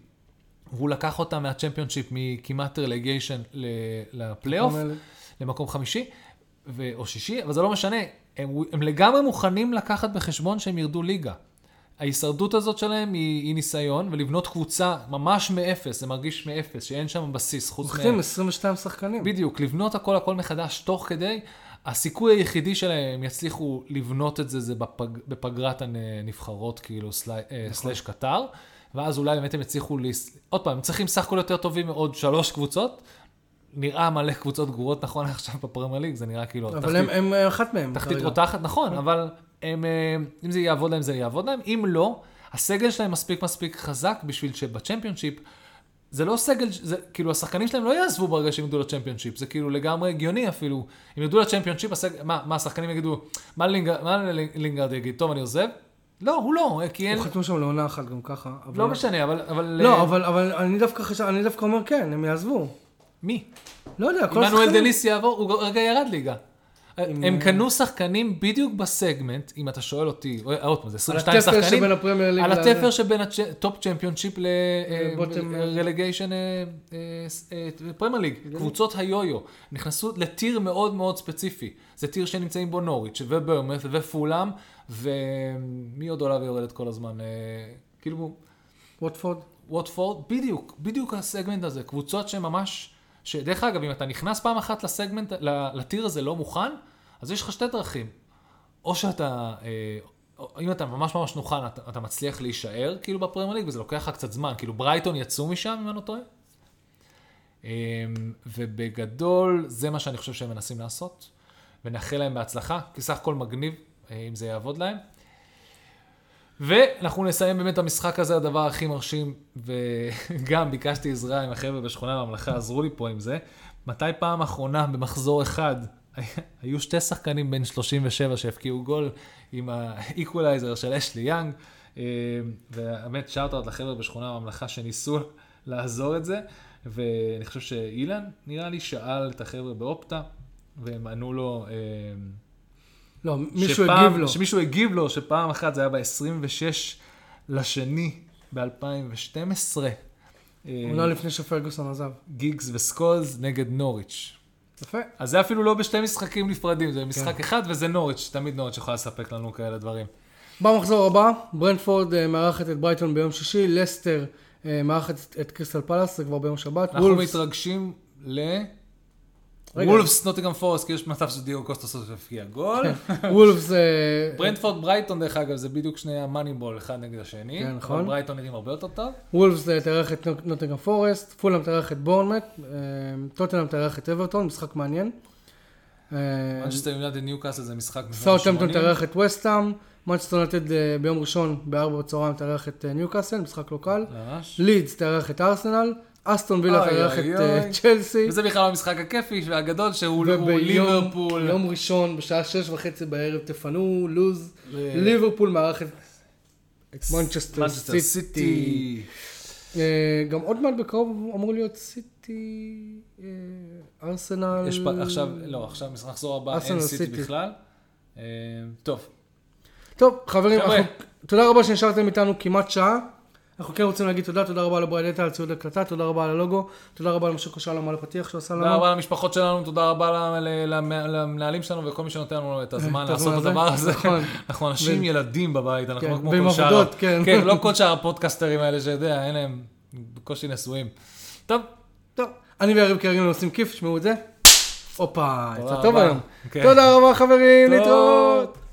B: והוא לקח אותה מהצ'מפיונשיפ מכמעט רלגיישן ל- לפלייאוף,
A: מקום אלה.
B: למקום חמישי ו- או שישי, אבל זה לא משנה. הם, הם לגמרי מוכנים לקחת בחשבון שהם ירדו ליגה. ההישרדות הזאת שלהם היא, היא ניסיון, ולבנות קבוצה ממש מאפס, זה מרגיש מאפס, שאין שם בסיס, חוץ מהם.
A: הולכים 22 שחקנים.
B: בדיוק, לבנות הכל הכל מחדש תוך כדי, הסיכוי היחידי שלהם יצליחו לבנות את זה, זה בפג, בפגרת הנבחרות, כאילו, סלי, נכון. סלאש קטר, ואז אולי באמת הם יצליחו, להס... עוד פעם, הם צריכים סך הכל יותר טובים מעוד שלוש קבוצות. נראה מלא קבוצות גרועות נכון עכשיו בפרמייר ליג, זה נראה כאילו...
A: אבל
B: תחתית-
A: הם- הם אה, אחת מהם.
B: תחתית
A: כרגע.
B: רותחת, נכון,
A: כן.
B: אבל הם, אה, אם זה יעבוד להם, זה יעבוד להם. אם לא, הסגל שלהם מספיק מספיק חזק בשביל שבצ'מפיונשיפ, זה לא סגל, ש- זה, כאילו השחקנים שלהם לא יעזבו ברגע שהם ירדו לצ'מפיונשיפ, זה כאילו לגמרי הגיוני אפילו. אם ירדו לצ'מפיונשיפ, הסג... מה, מה השחקנים יגידו, מה, לינג... מה לינג- לינגרד יגיד, טוב, אני עוזב? לא, הוא לא, כי אין...
A: הם חתמו שם לעונה אחת גם ככה. אבל-
B: לא משנה, אבל... אבל אה,
A: לא, אבל- אבל אני דווקא חשב- אני דווקא אומר כן, הם יעזבו.
B: מי?
A: לא יודע, כל
B: עמנואל
A: השחקנים.
B: דליס יעבור, הוא רגע ירד ליגה. הם קנו שחקנים בדיוק בסגמנט, אם אתה שואל אותי, או- עוד פעם, זה 22
A: התפר
B: שחקנים.
A: שבין הפרמייר ליג
B: על
A: לזה.
B: התפר שבין הטופ צ'מפיונשיפ אה,
A: לבוטם-
B: לרלגיישן אה, פרמייר ליג. קבוצות היו-יו נכנסו לטיר מאוד מאוד ספציפי. זה טיר שנמצאים בו נוריץ' וברמת ופולאם, ומי עוד עולה ויורדת כל הזמן? אה, כאילו,
A: ווטפורד.
B: ווטפורד, בדיוק, בדיוק הסגמנט הזה, קבוצות שממש, שדרך אגב, אם אתה נכנס פעם אחת לסגמנט, ל- לטיר הזה לא מוכן, אז יש לך שתי דרכים. או שאתה, אה, או- אם אתה ממש ממש נוכן, אתה, אתה מצליח להישאר כאילו בפרמייר ליג, וזה לוקח לך קצת זמן, כאילו ברייטון יצאו משם, אם אני לא טועה. אה, ובגדול, זה מה שאני חושב שהם מנסים לעשות, ונאחל להם בהצלחה, כי סך הכל מגניב, אה, אם זה יעבוד להם. ואנחנו נסיים באמת במשחק הזה, הדבר הכי מרשים, וגם ביקשתי עזרה עם החבר'ה בשכונה בממלכה, עזרו לי פה עם זה. מתי פעם אחרונה במחזור אחד היו שתי שחקנים בין 37 שהפקיעו גול עם האיקולייזר של אשלי יאנג, אה, והאמת שאוט-אאוט לחבר'ה בשכונה בממלכה שניסו לעזור את זה, ואני חושב שאילן, נראה לי, שאל את החבר'ה באופטה, והם ענו לו... אה,
A: לא, מישהו
B: שפעם-
A: הגיב לו.
B: שמישהו הגיב לו, שפעם אחת זה היה ב-26 לשני ב-2012.
A: אולי לפני שפרגוסון עזב.
B: אה, גיגס וסקולס נגד נוריץ'.
A: יפה.
B: אז זה אפילו לא בשתי משחקים נפרדים, זה
A: כן.
B: משחק אחד וזה נוריץ', תמיד נוריץ' יכולה לספק לנו כאלה דברים.
A: במחזור הבא, ברנפורד אה, מארחת את ברייטון ביום שישי, לסטר אה, מארחת את- את קריסטל פלאס, זה כבר ביום שבת.
B: אנחנו
A: וולפס-
B: מתרגשים ל...
A: רגע.
B: וולפס נוטיגם פורסט, כי יש מצב שדיו קוסטה סוף הפקיע גול.
A: כן. וולפס, אה,
B: ברנדפורד ברייטון, דרך אגב, זה בדיוק שני המאניבול, אחד נגד השני.
A: כן,
B: אבל
A: נכון.
B: ברייטון נראים הרבה יותר טוב.
A: וולפס אה, תארח את נוטינגרם פורסט, פולאם תארח את בורנמט, טוטנאם תארח את אברטון, משחק מעניין. אה,
B: מנצ'סטר יונדד ניוקאסל זה משחק משנות
A: סאוטהמפטון
B: ה-שמונים.
A: תארח את וסטאם, מנצ'סטון יונטד אה, ביום ראשון בארבע בצהריים תארח את אה, ניוקאסל, משחק לא קל,
B: ממש.
A: לידס תארח את ארסנל, אסטון וילה
B: אוי,
A: תארח
B: אוי,
A: את אה,
B: אוי.
A: צ'לסי,
B: וזה בכלל המשחק הכיפי והגדול שהוא הוא
A: וביום
B: ליברפול.
A: יום ראשון בשעה שש וחצי בערב תפנו לוז,
B: ל-
A: ליברפול מארחת את מנצ'סטר סיטי. אה, גם עוד מעט בקרוב אמור להיות סיטי, אה, ארסנל.
B: יש פה עכשיו, לא, עכשיו מחזור הבא אין
A: ארסנל
B: סיטי
A: סיטי.
B: בכלל. אה, טוב,
A: טוב, חברים,
B: חבר'ה.
A: אנחנו... תודה רבה שנשארתם איתנו כמעט שעה. אנחנו כן רוצים להגיד תודה, תודה רבה לבריידטה על ציוד הקלטה, תודה רבה על הלוגו, תודה רבה למשה קושלם על הפתיח שהוא עשה לנו.
B: תודה רבה למשפחות שלנו, תודה רבה ל- ל- למנהלים שלנו וכל מי שנותן לנו את הזמן
A: את הזמן
B: לעשות את
A: הזה.
B: הדבר הזה.
A: נכון.
B: אנחנו אנשים
A: ו-
B: ילדים בבית, אנחנו
A: כן,
B: לא כמו
A: ועם
B: כל שאר...
A: עבודות, כן.
B: כן, לא כל שאר הפודקסטרים האלה שאתה יודע, אין להם בקושי נשואים. טוב,
A: טוב, אני ויריב כרגע עושים כיף, תשמעו את זה. הופה, יצא טוב
B: רבה.
A: היום.
B: כן.
A: תודה רבה חברים,
B: טוב.
A: להתראות.